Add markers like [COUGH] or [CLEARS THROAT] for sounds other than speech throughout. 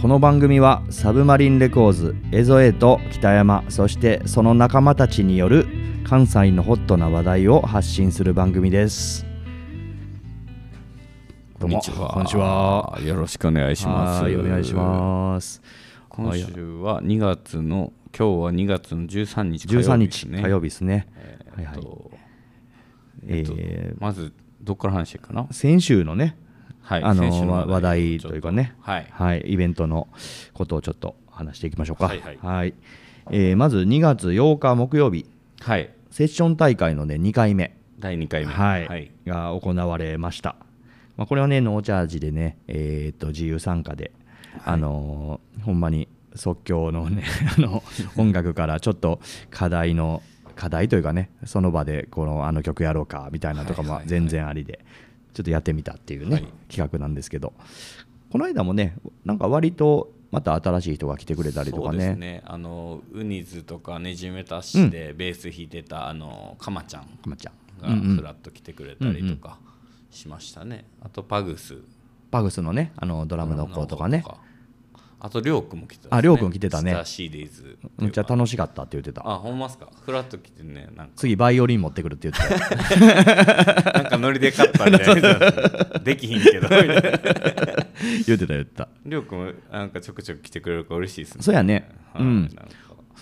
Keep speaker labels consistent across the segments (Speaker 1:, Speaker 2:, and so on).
Speaker 1: この番組はサブマリンレコーズ江添と北山そしてその仲間たちによる関西のホットな話題を発信する番組ですどうもこんにちは
Speaker 2: よろしくお願いします。
Speaker 1: はいお願いします
Speaker 2: 今週は2月の今日は2月の13日火曜
Speaker 1: 13日
Speaker 2: 日
Speaker 1: 火曜日ですねはいはい
Speaker 2: えっと
Speaker 1: え
Speaker 2: え
Speaker 1: ー
Speaker 2: っとまずどっから話していくかな。
Speaker 1: 先週のね
Speaker 2: はい。
Speaker 1: あ
Speaker 2: 先週
Speaker 1: の
Speaker 2: の
Speaker 1: わ話題というかね、
Speaker 2: ちょっとはい。
Speaker 1: イベントのことをちょっと話していきましょうか。
Speaker 2: はいはい
Speaker 1: えーまず2月8日木曜日、
Speaker 2: はい。
Speaker 1: セッション大会の、ね、2回目、
Speaker 2: 第2回目。
Speaker 1: はいが行われました。まあ、これはね、ノーチャージでね、えーっと自由参加で、あのーほんまに即興の,、ね、 [LAUGHS] あの音楽からちょっと課題の、課題というかね、その場でこのあの曲やろうかみたいなとかも全然ありで、ちょっとやってみたっていうね、
Speaker 2: はい
Speaker 1: 企画なんですけど、この間もね、なんか割とまた新しい人が来てくれたりとか
Speaker 2: そうです
Speaker 1: ね、
Speaker 2: ね。あのウニズとかねじめたしでベース弾いてたあのかまちゃん
Speaker 1: かまちゃん、
Speaker 2: がフラッと来てくれたりとかしましたね。あとパグス。
Speaker 1: パグスのね、あのドラムの子とかね。
Speaker 2: あとりょうくんも来てたんですね
Speaker 1: ありょうくん来てたね
Speaker 2: スターシリーズ
Speaker 1: めっちゃ楽しかったって言ってた
Speaker 2: あほんまっすかフラッと来てねなんか
Speaker 1: 次バイオリン持ってくるって言っ
Speaker 2: [LAUGHS]
Speaker 1: てた
Speaker 2: なんかノリで勝っ
Speaker 1: [LAUGHS]
Speaker 2: たみたいな [LAUGHS] できひんけどみたいな
Speaker 1: 言ってた言ってた
Speaker 2: りょうくんもなんかちょくちょく来てくれるから嬉しいですね
Speaker 1: そうやね
Speaker 2: はい
Speaker 1: うん
Speaker 2: なんか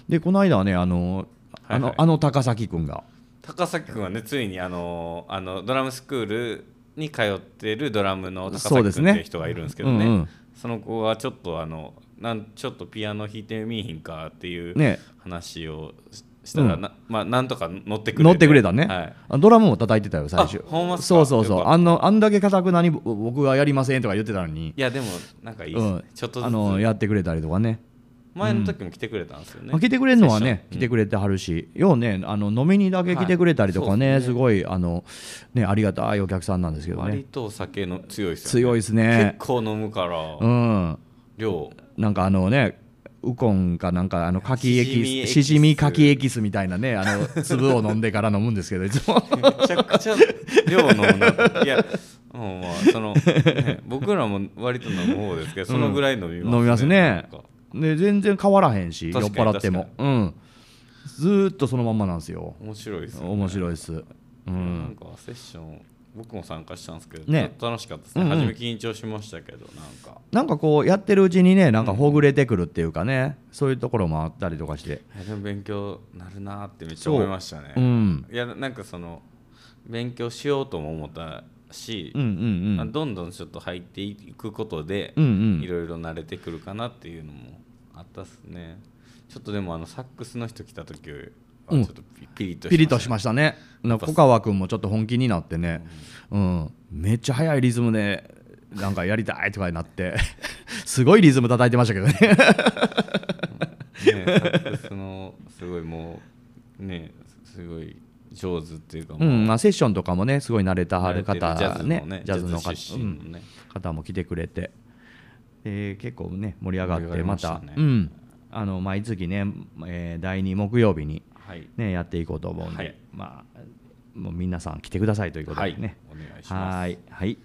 Speaker 1: でこの間はねあのあの,、
Speaker 2: はいはい
Speaker 1: あの高崎君が
Speaker 2: 高崎くんはねついにあのあのドラムスクールに通ってるドラムの高
Speaker 1: そう
Speaker 2: 崎
Speaker 1: です
Speaker 2: 君
Speaker 1: ね
Speaker 2: っていう人がいるんですけどね
Speaker 1: う
Speaker 2: そ
Speaker 1: んうん
Speaker 2: の子はちょっとあのなんちょっとピアノ弾いてみいひんかっていう
Speaker 1: ね
Speaker 2: 話をししたら、
Speaker 1: うん
Speaker 2: なまあなんとか乗ってくれて
Speaker 1: 乗ってくれたね、
Speaker 2: はい、
Speaker 1: あドラムも叩いてたよ最初
Speaker 2: あほんまっすか
Speaker 1: そうそうそ
Speaker 2: よ
Speaker 1: う
Speaker 2: かった
Speaker 1: あのあんだけかたくなにぼ僕はやりませんとか言ってたのに
Speaker 2: いやでもなんかいいで
Speaker 1: う
Speaker 2: すね、
Speaker 1: ん
Speaker 2: ちょっとずつ
Speaker 1: あのやってくれたりとかね
Speaker 2: 前の時も来てくれたんですよね、
Speaker 1: まあ来てくれるのはね来
Speaker 2: セッション
Speaker 1: てくれてはるし、ようねあの飲みにだけ来てくれたりとかね、
Speaker 2: はい
Speaker 1: すごいあの、ね、ありがたいお客さんなんですけどね
Speaker 2: 割とお酒の強いですよ、ね、
Speaker 1: 強いですね
Speaker 2: 結構飲むから、
Speaker 1: うん
Speaker 2: 量
Speaker 1: なんかあのねウコンかなんかあの柿エ
Speaker 2: しじみ
Speaker 1: キ
Speaker 2: エキ
Speaker 1: ス
Speaker 2: ス
Speaker 1: しじみ柿エキスみたいなねあの粒を飲んでから飲むんですけどいつ
Speaker 2: [LAUGHS]
Speaker 1: も
Speaker 2: めちゃくちゃ量飲むないやもうまあその、ね僕らも割と飲む方ですけどそのぐらい飲みますね、
Speaker 1: 飲みます
Speaker 2: なん
Speaker 1: ね
Speaker 2: か
Speaker 1: で全然変わらへんし酔っ
Speaker 2: 確かに
Speaker 1: 払っても
Speaker 2: 確
Speaker 1: うんずーっとそのまんまなんですよ
Speaker 2: 面白いですよね
Speaker 1: 面白いですう
Speaker 2: なん
Speaker 1: ん
Speaker 2: かセッション僕も参加したんですけど、
Speaker 1: ね
Speaker 2: 楽しかったです
Speaker 1: う
Speaker 2: ね、
Speaker 1: んうん
Speaker 2: 初め緊張しましたけどなんか
Speaker 1: なんかこうやってるうちにねなんかほぐれてくるっていうかねそういうところもあったりとかして
Speaker 2: いやでも勉強なるなーってめっちゃ思いましたね、
Speaker 1: うん
Speaker 2: いやなんかその勉強しようとも思ったし、
Speaker 1: うんうんうん
Speaker 2: あどんどんちょっと入っていくことで、
Speaker 1: うんうん
Speaker 2: いろいろ慣れてくるかなっていうのもあったっすねちょっとでもあのサックスの人来た時はち
Speaker 1: う
Speaker 2: ょ
Speaker 1: ん
Speaker 2: っとピピリと
Speaker 1: ピリッとし
Speaker 2: ま
Speaker 1: ましたねなんか小川君もちょっと本気になってね、うん、めっちゃ速いリズムでなんかやりたいとかになって [LAUGHS] すごいリズム叩いてましたけどね
Speaker 2: したねサックスのすごいもうねすごい上手っていうかも
Speaker 1: う、
Speaker 2: うん
Speaker 1: まあ、セッションとかもねすごい慣れたはる方
Speaker 2: ジャズのね
Speaker 1: ジャズの
Speaker 2: ジャ
Speaker 1: 方
Speaker 2: ズ出身のね
Speaker 1: うん方も来てくれて、えー結構ね盛り上がって
Speaker 2: 盛り上がり
Speaker 1: ま
Speaker 2: ましたたね
Speaker 1: うん、あの毎月ね、えー第2木曜日に、
Speaker 2: はい
Speaker 1: ね、やっていこうと思うんで、
Speaker 2: はい
Speaker 1: まあ、もう皆さん来てくださいということ
Speaker 2: は
Speaker 1: で
Speaker 2: い、
Speaker 1: ね。
Speaker 2: お願いします
Speaker 1: はいはい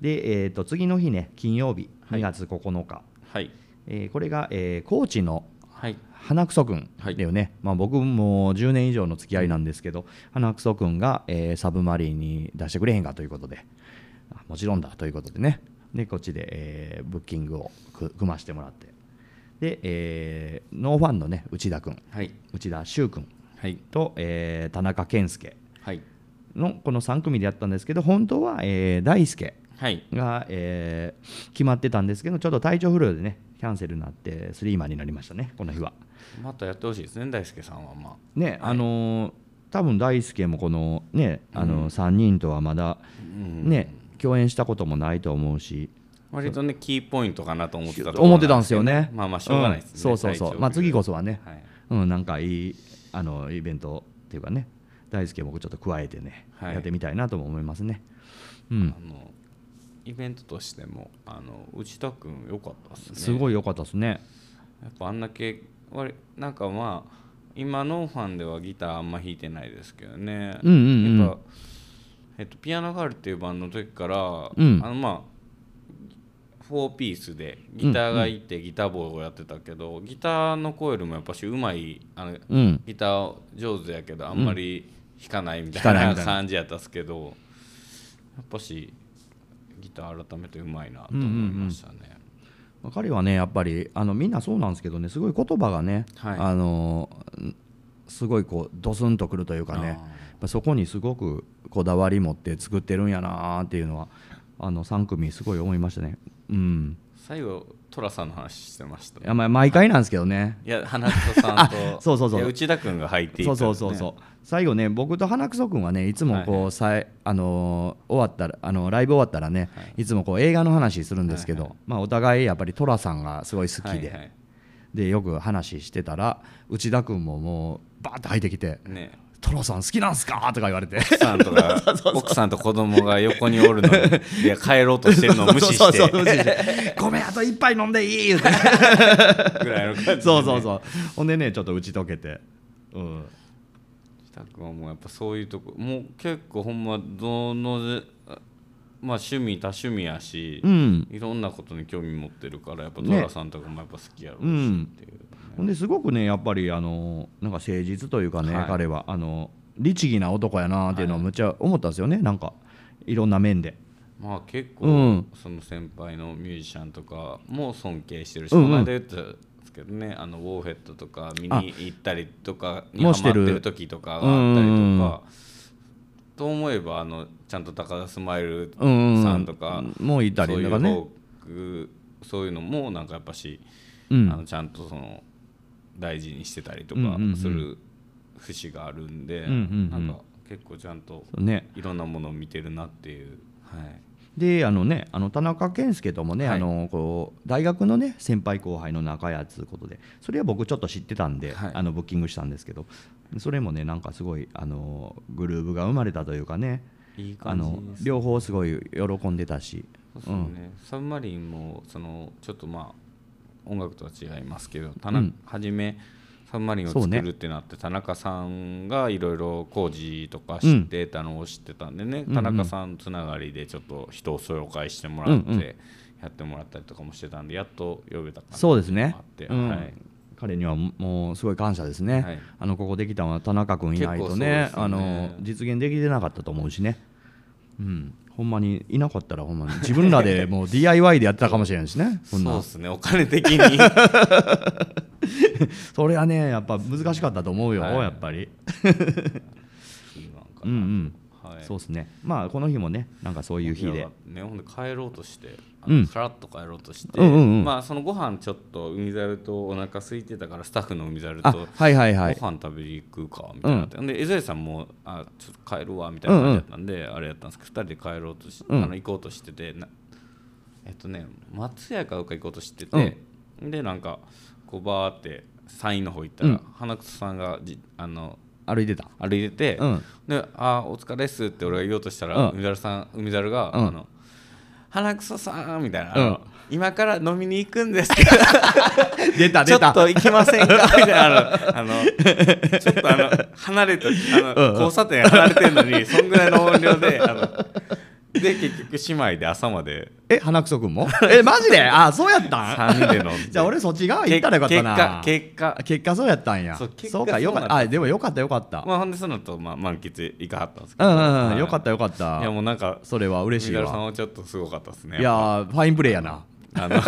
Speaker 1: で、えー、と次の日ね金曜日2月9日、
Speaker 2: はい
Speaker 1: えーこれが、えー高知の
Speaker 2: はい
Speaker 1: 花くそくん
Speaker 2: はい
Speaker 1: だよね、まあ、僕も10年以上の付き合いなんですけど花くそくんが、えーサブマリンに出してくれへんかということであもちろんだということでねでこっちで、えーブッキングをく組ましてもらってで、えーノーファンのね内田君
Speaker 2: はい
Speaker 1: 内田修君
Speaker 2: はい
Speaker 1: と、えー田中健介
Speaker 2: はい
Speaker 1: のこの3組でやったんですけど本当は、えー大輔
Speaker 2: はい
Speaker 1: が、えー決まってたんですけどちょっと体調不良でねキャンセルになってスリーマンになりましたねこの日は
Speaker 2: またやってほしいですね大輔さんはまあ
Speaker 1: ね、あのー多分大輔もこのねあの3人とはまだ
Speaker 2: うん
Speaker 1: ね、共演したこともないと思うし
Speaker 2: 割とねキーポイントかなと思ってたところ
Speaker 1: 思ってた
Speaker 2: なん
Speaker 1: ですよね
Speaker 2: まあまあしょうがないです
Speaker 1: ん
Speaker 2: ね、
Speaker 1: そうそうそうまあ次こそはね、
Speaker 2: はい
Speaker 1: うんなんかいいあのイベントっていうかね大輔もちょっと加えてね、
Speaker 2: はい
Speaker 1: やってみたいなとも思いますねう
Speaker 2: あ
Speaker 1: ん
Speaker 2: のイベントとしてもあの内田君良かったですね
Speaker 1: すごい良かったですね
Speaker 2: やっぱあんだけ割なんかまあ今ノーファンではギターあんま弾いてないですけどね、
Speaker 1: うんうんうん
Speaker 2: やっぱ、えっと、ピアノガールっていうバンドの時から、
Speaker 1: うん
Speaker 2: あのまあ4ピースでギターがいてギター棒をやってたけど、ギターの子よりもやっぱしうまいあの
Speaker 1: うん
Speaker 2: ギター上手やけどあんまり弾かないみた
Speaker 1: 弾か
Speaker 2: い
Speaker 1: ない
Speaker 2: な
Speaker 1: みたいな
Speaker 2: 感じやったっすけど、やっぱしギター改めてうまいなと
Speaker 1: うん
Speaker 2: 思
Speaker 1: う
Speaker 2: い
Speaker 1: んうん
Speaker 2: ましたね。
Speaker 1: まあ彼はねやっぱりあのみんなそうなんですけどねすごい言葉がね、
Speaker 2: はい
Speaker 1: あのんすごいこうドスンとくるというかねやっ
Speaker 2: あ
Speaker 1: ぱそこにすごくこだわり持って作ってるんやなーっていうのはあの3組すごい思いましたねうん
Speaker 2: 最後寅さんの話してましたね
Speaker 1: いやまあ毎回なんですけどね
Speaker 2: いや花子さん
Speaker 1: あ
Speaker 2: と
Speaker 1: そうそうそう
Speaker 2: いや内田君が入っていた
Speaker 1: そ
Speaker 2: よ
Speaker 1: う
Speaker 2: ね
Speaker 1: そうそうそう最後ね僕と花くそ君はねいつもこう、
Speaker 2: はい
Speaker 1: さいあのー終わったらあのライブ終わったらね、い、つもこう映画の話するんですけど、
Speaker 2: はいは
Speaker 1: まあ、お互いやっぱり寅さんがすごい好きで、
Speaker 2: はいはい
Speaker 1: でよく話してたら内田君ももうバーッと入ってきて
Speaker 2: ね
Speaker 1: 「寅さん好きなんすか?」とか言われて。
Speaker 2: 奥さん
Speaker 1: [LAUGHS]
Speaker 2: とか奥さんと子供が横におるのにいや帰ろうとしてるの [LAUGHS] を無視
Speaker 1: そう
Speaker 2: し
Speaker 1: そうそう無視
Speaker 2: て
Speaker 1: して [LAUGHS] ごめんあと一杯飲んでいい言う
Speaker 2: [LAUGHS]
Speaker 1: て
Speaker 2: ぐらいの感じでね
Speaker 1: そうそうそうほんでねちょっと打ち解けて、うん、
Speaker 2: 北君はもうやっぱそういうとこもう結構ほんまどのぜまあ趣味多趣味やし、
Speaker 1: うん
Speaker 2: いろんなことに興味持ってるからやっぱ
Speaker 1: ね
Speaker 2: 寅さんとかもやっぱ好きやろうし
Speaker 1: うん
Speaker 2: っていう、
Speaker 1: ほんですごくねやっぱりあのなんか誠実というかね、
Speaker 2: はい
Speaker 1: 彼はあの律儀な男やなっていうのをむっちゃ思ったんですよね、なんかいろんな面で
Speaker 2: まあ結構、
Speaker 1: うん
Speaker 2: その先輩のミュージシャンとかも尊敬してるし、
Speaker 1: うんうん
Speaker 2: この間言ってたんですけどねあのウォーヘッドとか見に行ったりとかにハマ
Speaker 1: も
Speaker 2: っ
Speaker 1: して
Speaker 2: て
Speaker 1: る
Speaker 2: る時とかがあったりとか、
Speaker 1: うんうんうん
Speaker 2: と思えばあのちゃんと高田スマイル
Speaker 1: うんうんうん
Speaker 2: さんとか、
Speaker 1: もういたり
Speaker 2: そうい
Speaker 1: と
Speaker 2: う
Speaker 1: かね
Speaker 2: トークそういうのもなんかやっぱし、
Speaker 1: うん
Speaker 2: あのちゃんとその大事にしてたりと
Speaker 1: うんう
Speaker 2: か
Speaker 1: んうん
Speaker 2: する節があるんで、
Speaker 1: うんうんうん
Speaker 2: なんか結構ちゃんと
Speaker 1: ね
Speaker 2: いろんなものを見てるなっていう、はい、
Speaker 1: であのねあの田中健介ともね、
Speaker 2: はい
Speaker 1: あのこう大学のね先輩後輩の仲やつうことでそれは僕ちょっと知ってたんで、
Speaker 2: はい
Speaker 1: あのブッキングしたんですけどそれもねなんかすごいあのグルーブが生まれたというかね
Speaker 2: いい
Speaker 1: あ
Speaker 2: 感じ
Speaker 1: の
Speaker 2: です
Speaker 1: 両方すごい喜んでたし
Speaker 2: そうですねサブマリンもそのちょっとまあ音楽とは違いますけど田中、
Speaker 1: うん
Speaker 2: はじめサブマリンを
Speaker 1: そう
Speaker 2: 作
Speaker 1: ね
Speaker 2: るってなって、田中さんがいろいろ工事とかしてたのを知ってたんでね、
Speaker 1: うんうん
Speaker 2: 田中さんつながりでちょっと人を紹介してもらって、
Speaker 1: うんうん
Speaker 2: やってもらったりとかもしてたんでやっと呼べたかな
Speaker 1: そうですね
Speaker 2: あって、
Speaker 1: うん
Speaker 2: はい
Speaker 1: 彼にはももうすごい感謝ですね、
Speaker 2: はい
Speaker 1: あのここできたのは田中君いないとねあ
Speaker 2: 結構そうですよ
Speaker 1: の
Speaker 2: ね
Speaker 1: 実現できてなかったと思うしね、うん、ほんまにいなかったらほんまに自分ら
Speaker 2: [LAUGHS]
Speaker 1: でもう DIY でやってたかもしれないしねそん
Speaker 2: そう
Speaker 1: な
Speaker 2: ですねお金的
Speaker 1: [LAUGHS]
Speaker 2: に
Speaker 1: それはねやっぱ難しかったと思うよ、
Speaker 2: はい
Speaker 1: やっぱりうんうん、
Speaker 2: はい
Speaker 1: そうですねまあこの日もねなんかそういう日
Speaker 2: い
Speaker 1: で
Speaker 2: やね、ほんで帰ろうとして、
Speaker 1: うん
Speaker 2: さらっと帰ろうとして、
Speaker 1: うんうんうん
Speaker 2: まあそのご飯ちょっと海猿とお腹空いてたからスタッフの海猿
Speaker 1: あ
Speaker 2: と
Speaker 1: はいはいはい
Speaker 2: ご飯食べに行くかみたいになって、ほん、で江添さんもあちょっと帰るわみたいな
Speaker 1: うんうん
Speaker 2: 感じだったんで、あれやったんですけど2人で帰ろうとし、
Speaker 1: うん
Speaker 2: あの行こうとしててなえっとね松屋かどうか行こうとしてて、でなんかこうバーって山陰の方行ったら、
Speaker 1: うん
Speaker 2: 花草さんがじあの
Speaker 1: 歩いてた
Speaker 2: 歩いてて、
Speaker 1: うん
Speaker 2: で「あーお疲れっす」って俺が言おうとしたら、
Speaker 1: うん
Speaker 2: 海猿さん海猿が「
Speaker 1: うん
Speaker 2: あの花草さん」みたいな、
Speaker 1: うん
Speaker 2: あの今から飲みに行く
Speaker 1: [LAUGHS]
Speaker 2: んですけど
Speaker 1: 出た
Speaker 2: ち
Speaker 1: 出
Speaker 2: ょったと行きま
Speaker 1: [LAUGHS]
Speaker 2: せんか」みたいなあのあのちょっとあの離れたあの、
Speaker 1: うん
Speaker 2: 交差点離れてるのにそんぐらいの音量であので結局姉妹で朝まで
Speaker 1: え花くそくんもえマジであそうやったん
Speaker 2: 3人で飲んで
Speaker 1: [LAUGHS] じゃあ俺そっち側行ったらよかったな
Speaker 2: 結果
Speaker 1: あ
Speaker 2: 結
Speaker 1: 結果そうやったんやそ
Speaker 2: そ
Speaker 1: うう
Speaker 2: 結果
Speaker 1: かよか
Speaker 2: そ
Speaker 1: っ
Speaker 2: うなんだ
Speaker 1: たあでもよかったよかった、
Speaker 2: 果まあほんでその後、まあ満喫行かはったんですけ
Speaker 1: う
Speaker 2: ど、
Speaker 1: んうんうん、
Speaker 2: はい
Speaker 1: よかったよかっ
Speaker 2: いや
Speaker 1: た
Speaker 2: もうなんか
Speaker 1: それは嬉しい
Speaker 2: 海猿さん
Speaker 1: わ
Speaker 2: はちょっとすごかったですね
Speaker 1: いやーファインプレーやな
Speaker 2: あの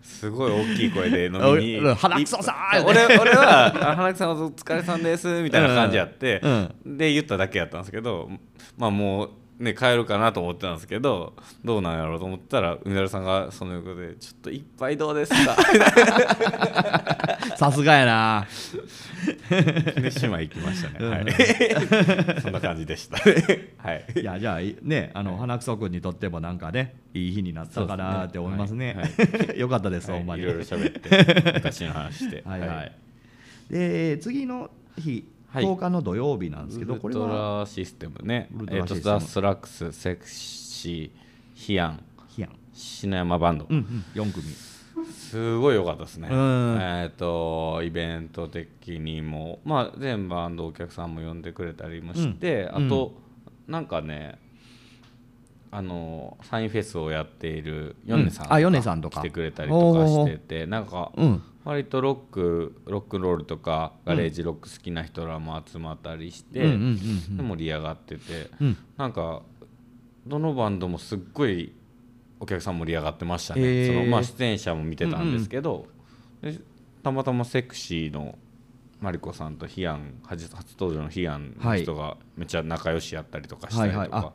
Speaker 2: すごい大きい声で飲みに
Speaker 1: うん鼻くそさー
Speaker 2: 俺俺はあ「花木さんお疲れさんです」みたいな感じやって、
Speaker 1: うん
Speaker 2: で言っただけやったんですけどまあもうね帰るかなと思ってたんですけどどうなんやろうと思ったら海猿さんがその横で「ちょっと一杯どうですか?」
Speaker 1: さすがや
Speaker 2: [LAUGHS]
Speaker 1: な [LAUGHS]
Speaker 2: で島行きましたね、はい、そんな感じで
Speaker 1: [LAUGHS]
Speaker 2: した、はい、
Speaker 1: いやじゃあいねあの花くそくんにとってもなんかねいい日になったかなって思いますね
Speaker 2: そうで
Speaker 1: [LAUGHS] よかったですほんま
Speaker 2: はい、
Speaker 1: に
Speaker 2: いろいろ喋って
Speaker 1: [LAUGHS]
Speaker 2: 昔の話して
Speaker 1: はいはいで次の日
Speaker 2: はい
Speaker 1: 10日の土曜日なんですけど
Speaker 2: ウ
Speaker 1: こ
Speaker 2: ル
Speaker 1: れ
Speaker 2: ト
Speaker 1: は
Speaker 2: ラシステムね
Speaker 1: ウル、ト
Speaker 2: え
Speaker 1: ラ
Speaker 2: っと
Speaker 1: システム
Speaker 2: ザ・スラックス、セクシー、ヒアン、
Speaker 1: ヒアン
Speaker 2: 篠山バンド
Speaker 1: う、んうん4組
Speaker 2: すごい良かったですね、
Speaker 1: うん
Speaker 2: えっとイベント的にも、まあ、全バンドお客さんも呼んでくれたりもして、
Speaker 1: うん
Speaker 2: あと、なんかね、あのサインフェスをやっているヨネさん
Speaker 1: うんあヨネさんとか
Speaker 2: 来てくれたりとか
Speaker 1: おー
Speaker 2: しててなんか
Speaker 1: うん
Speaker 2: 割とロックロックンロールとかガレージロック好きな人らも集まったりして、
Speaker 1: うんうんうん
Speaker 2: で盛り上がってて、
Speaker 1: うん
Speaker 2: なんかどのバンドもすっごいお客さん盛り上がってましたね、
Speaker 1: へー
Speaker 2: そのまあ、出演者も見てたんですけど、でたまたまセクシーのマリコさんとヒアン初初登場のヒアンの人がめっちゃ仲良しやったりとかしたりとか、
Speaker 1: はいはいあ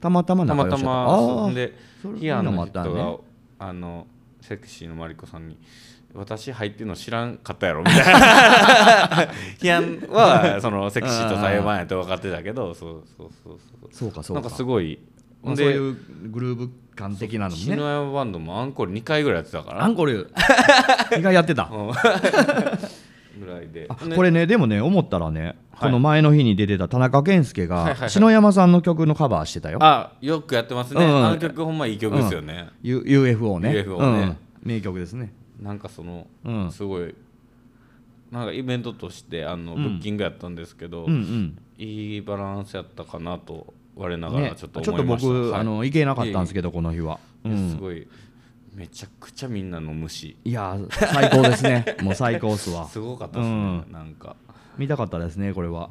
Speaker 1: たまたま
Speaker 2: た
Speaker 1: 仲
Speaker 2: ま
Speaker 1: 良
Speaker 2: た
Speaker 1: しだった
Speaker 2: ま
Speaker 1: あ
Speaker 2: そ
Speaker 1: ー
Speaker 2: んで
Speaker 1: それ
Speaker 2: ヒアンの
Speaker 1: そ
Speaker 2: 人
Speaker 1: ういうのもあ
Speaker 2: が
Speaker 1: っ
Speaker 2: あのセクシーのマリコさんに「私入ってるの知らんかったやろ」みたいな
Speaker 1: [LAUGHS]
Speaker 2: ヒアンはそのセクシーと対バンやって分かってたけどそうそうそうそう
Speaker 1: そうかそう
Speaker 2: な
Speaker 1: か
Speaker 2: んかすごい
Speaker 1: まあそういうグルーヴ感的なのも
Speaker 2: シノ
Speaker 1: ね
Speaker 2: ヤバンドもアンコール2回ぐらいやってたか
Speaker 1: ア
Speaker 2: ら
Speaker 1: ンコー
Speaker 2: [LAUGHS]
Speaker 1: ル意外やってた
Speaker 2: ぐらいで
Speaker 1: あ
Speaker 2: ね
Speaker 1: これねでもね思ったらね
Speaker 2: はい
Speaker 1: この前の日に出てた田中健介
Speaker 2: はいはいは
Speaker 1: が
Speaker 2: い
Speaker 1: 篠山さんの曲のカバーしてたよ
Speaker 2: あよくやってますね、
Speaker 1: うん
Speaker 2: あの曲ほんまいい曲ですよね、
Speaker 1: U- UFO ね
Speaker 2: UFO
Speaker 1: うん
Speaker 2: ね
Speaker 1: 名曲ですね
Speaker 2: なんかその、
Speaker 1: うん
Speaker 2: すごいなんかイベントとしてあの
Speaker 1: うん
Speaker 2: ブッキングやったんですけど、
Speaker 1: うんうん
Speaker 2: いいバランスやったかなと我なが
Speaker 1: ね
Speaker 2: ら
Speaker 1: ち
Speaker 2: ち
Speaker 1: ょ
Speaker 2: ょ
Speaker 1: っ
Speaker 2: っ
Speaker 1: と
Speaker 2: と思いました、
Speaker 1: 僕
Speaker 2: はい
Speaker 1: あの行けなかったんですけどこの日はう
Speaker 2: す
Speaker 1: ん
Speaker 2: ごいめちゃくちゃみんなの虫
Speaker 1: いやー最高です
Speaker 2: [LAUGHS]
Speaker 1: ねもう最高っすわ
Speaker 2: すごかったですね、
Speaker 1: うん
Speaker 2: なんか
Speaker 1: 見たかったですねこれは
Speaker 2: は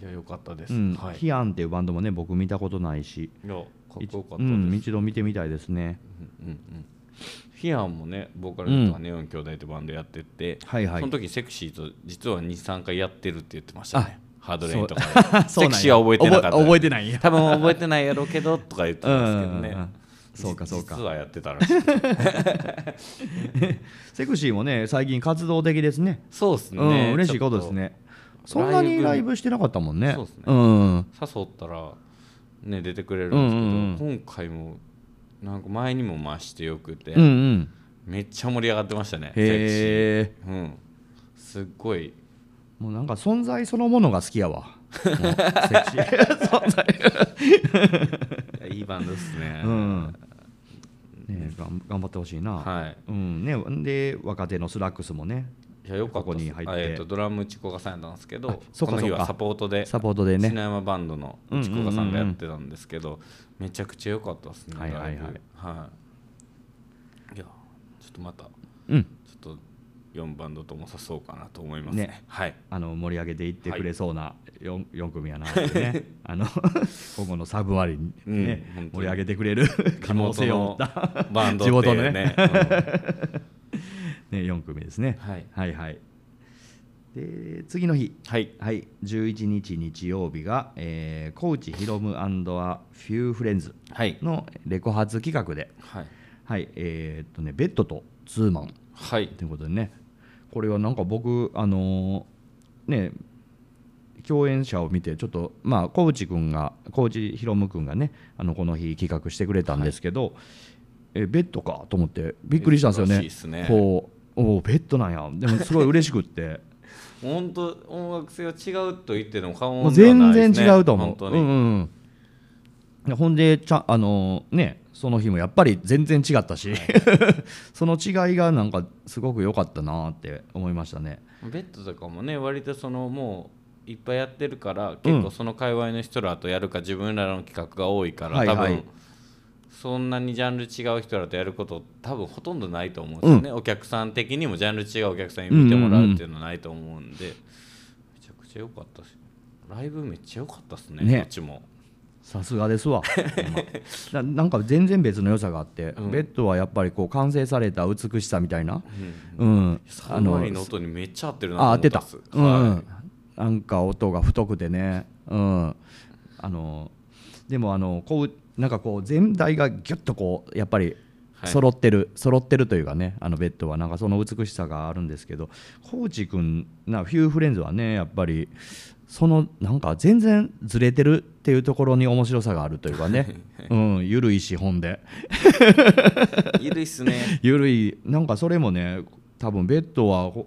Speaker 2: いいや良かったです、
Speaker 1: うん
Speaker 2: はいい
Speaker 1: ヒアンっていうバンドもね僕見たことないし
Speaker 2: やかっこよかったです、
Speaker 1: う
Speaker 2: うん
Speaker 1: ん一度見てみたいですね
Speaker 2: うんうんヒアンもねボーカルの羽根音兄弟ってバンドやってて、
Speaker 1: はいはい
Speaker 2: その時セクシーと実は23回やってるって言ってましたねハードレインとかで
Speaker 1: そう [LAUGHS]
Speaker 2: [LAUGHS]
Speaker 1: な
Speaker 2: セ
Speaker 1: んや
Speaker 2: クシーは覚えてなかった
Speaker 1: 覚え覚えてないんや
Speaker 2: [LAUGHS] 多分覚えてないやろうけどとか言ってたんですけどね、
Speaker 1: うんうんうんそうかそうか
Speaker 2: 実はやってたらしい
Speaker 1: セクシーもね最近活動的ですね
Speaker 2: そうですね、
Speaker 1: うん嬉しいことですねそんなにライブしてなかったもんね
Speaker 2: そうですね
Speaker 1: うん
Speaker 2: ちょっと誘ったらね出てくれるんですけ
Speaker 1: う
Speaker 2: ど、
Speaker 1: んうん
Speaker 2: 今回もなんか前にも増してよくて、
Speaker 1: うんうん
Speaker 2: めっちゃ盛り上がってましたねセ
Speaker 1: へえ
Speaker 2: クシーうんすっごい
Speaker 1: もうなんか存在そのものが好きやわもうセクシー存在
Speaker 2: いやいいバンドですね、
Speaker 1: うんねがん頑張ってほしいな
Speaker 2: はい
Speaker 1: うんねで若手のスラックスもね
Speaker 2: いやよかった
Speaker 1: ここに
Speaker 2: に
Speaker 1: 入
Speaker 2: 入
Speaker 1: っ
Speaker 2: ってて、えー、とドラムちこがさんやったんですけ
Speaker 1: あ
Speaker 2: ど
Speaker 1: そう
Speaker 2: そ
Speaker 1: か
Speaker 2: この日
Speaker 1: そうか
Speaker 2: はサポートで
Speaker 1: サポートでね
Speaker 2: 篠山バンドのちこがさんがやってたんですけど、めちゃくちゃ良かったですね
Speaker 1: はいはいはい
Speaker 2: ライブはい、いやちょっとまたちょ
Speaker 1: うん
Speaker 2: っと4バンドとも誘そうかなと思いますね
Speaker 1: ね
Speaker 2: はい
Speaker 1: あの盛り上げていってくれそうな 4, 四組やなって
Speaker 2: [LAUGHS]
Speaker 1: ねあの [LAUGHS] 今後のサブ割に、ね
Speaker 2: うん本
Speaker 1: 盛
Speaker 2: 当に
Speaker 1: り上げてくれる可
Speaker 2: 地
Speaker 1: 能
Speaker 2: 元
Speaker 1: 性を持
Speaker 2: の
Speaker 1: った
Speaker 2: バンド
Speaker 1: 地
Speaker 2: って
Speaker 1: 元
Speaker 2: いう
Speaker 1: の
Speaker 2: ね
Speaker 1: ね
Speaker 2: うん
Speaker 1: [LAUGHS] ね4組ですね、
Speaker 2: はい
Speaker 1: はいはいで次の日
Speaker 2: はい
Speaker 1: はい11日日曜日が、えー、コーチヒロムアフューフレンズ
Speaker 2: はい
Speaker 1: のレコ発企画で、
Speaker 2: はい
Speaker 1: はいえーっとね、ベッドとツーマン
Speaker 2: はい
Speaker 1: ということでねこれはなんか僕あのーね共演者を見てちょっとまあ小内君が小内ひろむ君がねあのこの日企画してくれたんですけど、えベッドかと思ってびっくりしたんですよね
Speaker 2: 珍しいっすね
Speaker 1: こうおおベッドなんやでもすごい嬉しくって
Speaker 2: [LAUGHS] 本当音楽性は違うと言ってでも過
Speaker 1: もう
Speaker 2: 言ではな
Speaker 1: 全
Speaker 2: いです、ね、
Speaker 1: 然違うと思
Speaker 2: 本
Speaker 1: う、
Speaker 2: 当
Speaker 1: う
Speaker 2: に、
Speaker 1: んうんうん、ほんでちゃんあのーねその日もやっぱり全然違ったし、 [LAUGHS] その違いがなんかすごく良かったなって思いましたね
Speaker 2: ベッドとかもね割とそのもういっぱいやってるから結構その界隈の人らとやるか自分らの企画が多いから、
Speaker 1: はいはい
Speaker 2: 多分そんなにジャンル違う人らとやること多分ほとんどないと思うんですよね、お客さん的にもジャンル違うお客さんに見てもらうっていうのはないと思うんで、めちゃくちゃ良かったしライブめっちゃ良かったですね
Speaker 1: ね
Speaker 2: こっちも
Speaker 1: さすがですわほんまななんか全然別の良さがあって、
Speaker 2: うん
Speaker 1: ベッドはやっぱりこう完成された美しさみたいな、うん
Speaker 2: サマリーの音にめっちゃ合ってるなと
Speaker 1: あ
Speaker 2: 思
Speaker 1: 合
Speaker 2: っ
Speaker 1: って
Speaker 2: た
Speaker 1: た
Speaker 2: っす、
Speaker 1: うんうん
Speaker 2: はい
Speaker 1: なんか音が太くてね、うん、あのでもあのこうなんかこう全体がギュッとこうやっぱり
Speaker 2: はい
Speaker 1: 揃ってる、揃ってるというかねあのベッドはなんかその美しさがあるんですけどコーチ君なフューフレンズはねやっぱりそのなんか全然ずれてるっていうところに面白さがあるというかね、うん、ゆるいし本で。
Speaker 2: [LAUGHS] いるっす
Speaker 1: [LAUGHS]
Speaker 2: ね
Speaker 1: ゆるいなんかそれもね多分ベッドはほ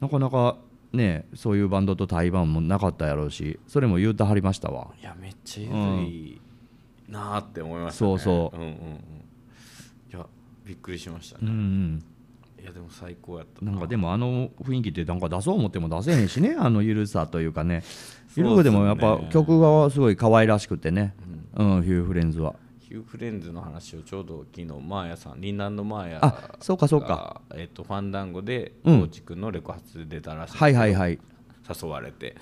Speaker 1: なかなかねそういうバンドと対バンもなかったやろうしそれも言うてはりましたわ
Speaker 2: いやめっちゃゆるいなーって思いましたね、
Speaker 1: そうそう
Speaker 2: うんうんうんいやびっくりしました
Speaker 1: うん
Speaker 2: ね、いやでも最高やった
Speaker 1: うんなんかで
Speaker 2: も
Speaker 1: もあの雰囲気ってなんか出そう思っても出せへんしねあのゆるさというかね
Speaker 2: そうっす
Speaker 1: ゆ
Speaker 2: ね
Speaker 1: るくでもやっぱ曲がすごい可愛らしくてねうん、フューフレンズは
Speaker 2: ヒキューフレンズの話をちょうど昨日マーヤさんリンダンドマーヤ
Speaker 1: あそうかそうか
Speaker 2: がえっとファンダンゴで
Speaker 1: うん
Speaker 2: 高知君のレコ発で出たらしいんですけど
Speaker 1: はいはいはい
Speaker 2: 誘われて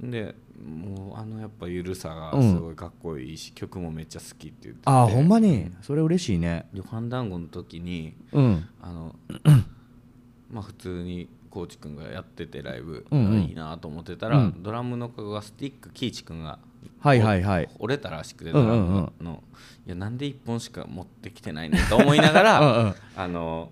Speaker 2: でもうあのやっぱゆるさが
Speaker 1: うん
Speaker 2: すごいかっこいいし、曲もめっちゃ好きって言ってて
Speaker 1: あーほんまにそれ嬉しいね
Speaker 2: 旅館団子の時に
Speaker 1: うん [CLEARS THROAT]
Speaker 2: あのまあ普通にコーチくんがやっててライブ、
Speaker 1: うんうん
Speaker 2: あいいなと思ってたら、
Speaker 1: うん
Speaker 2: ドラムの子がスティックキーチくんが
Speaker 1: はいはいはい
Speaker 2: 折れたらしくて
Speaker 1: う
Speaker 2: ド
Speaker 1: ん
Speaker 2: ラ
Speaker 1: うん
Speaker 2: ム
Speaker 1: うん
Speaker 2: の、いやなんで1本しか持ってきてないねんと思いなが
Speaker 1: [LAUGHS]
Speaker 2: ら
Speaker 1: うんうん
Speaker 2: あの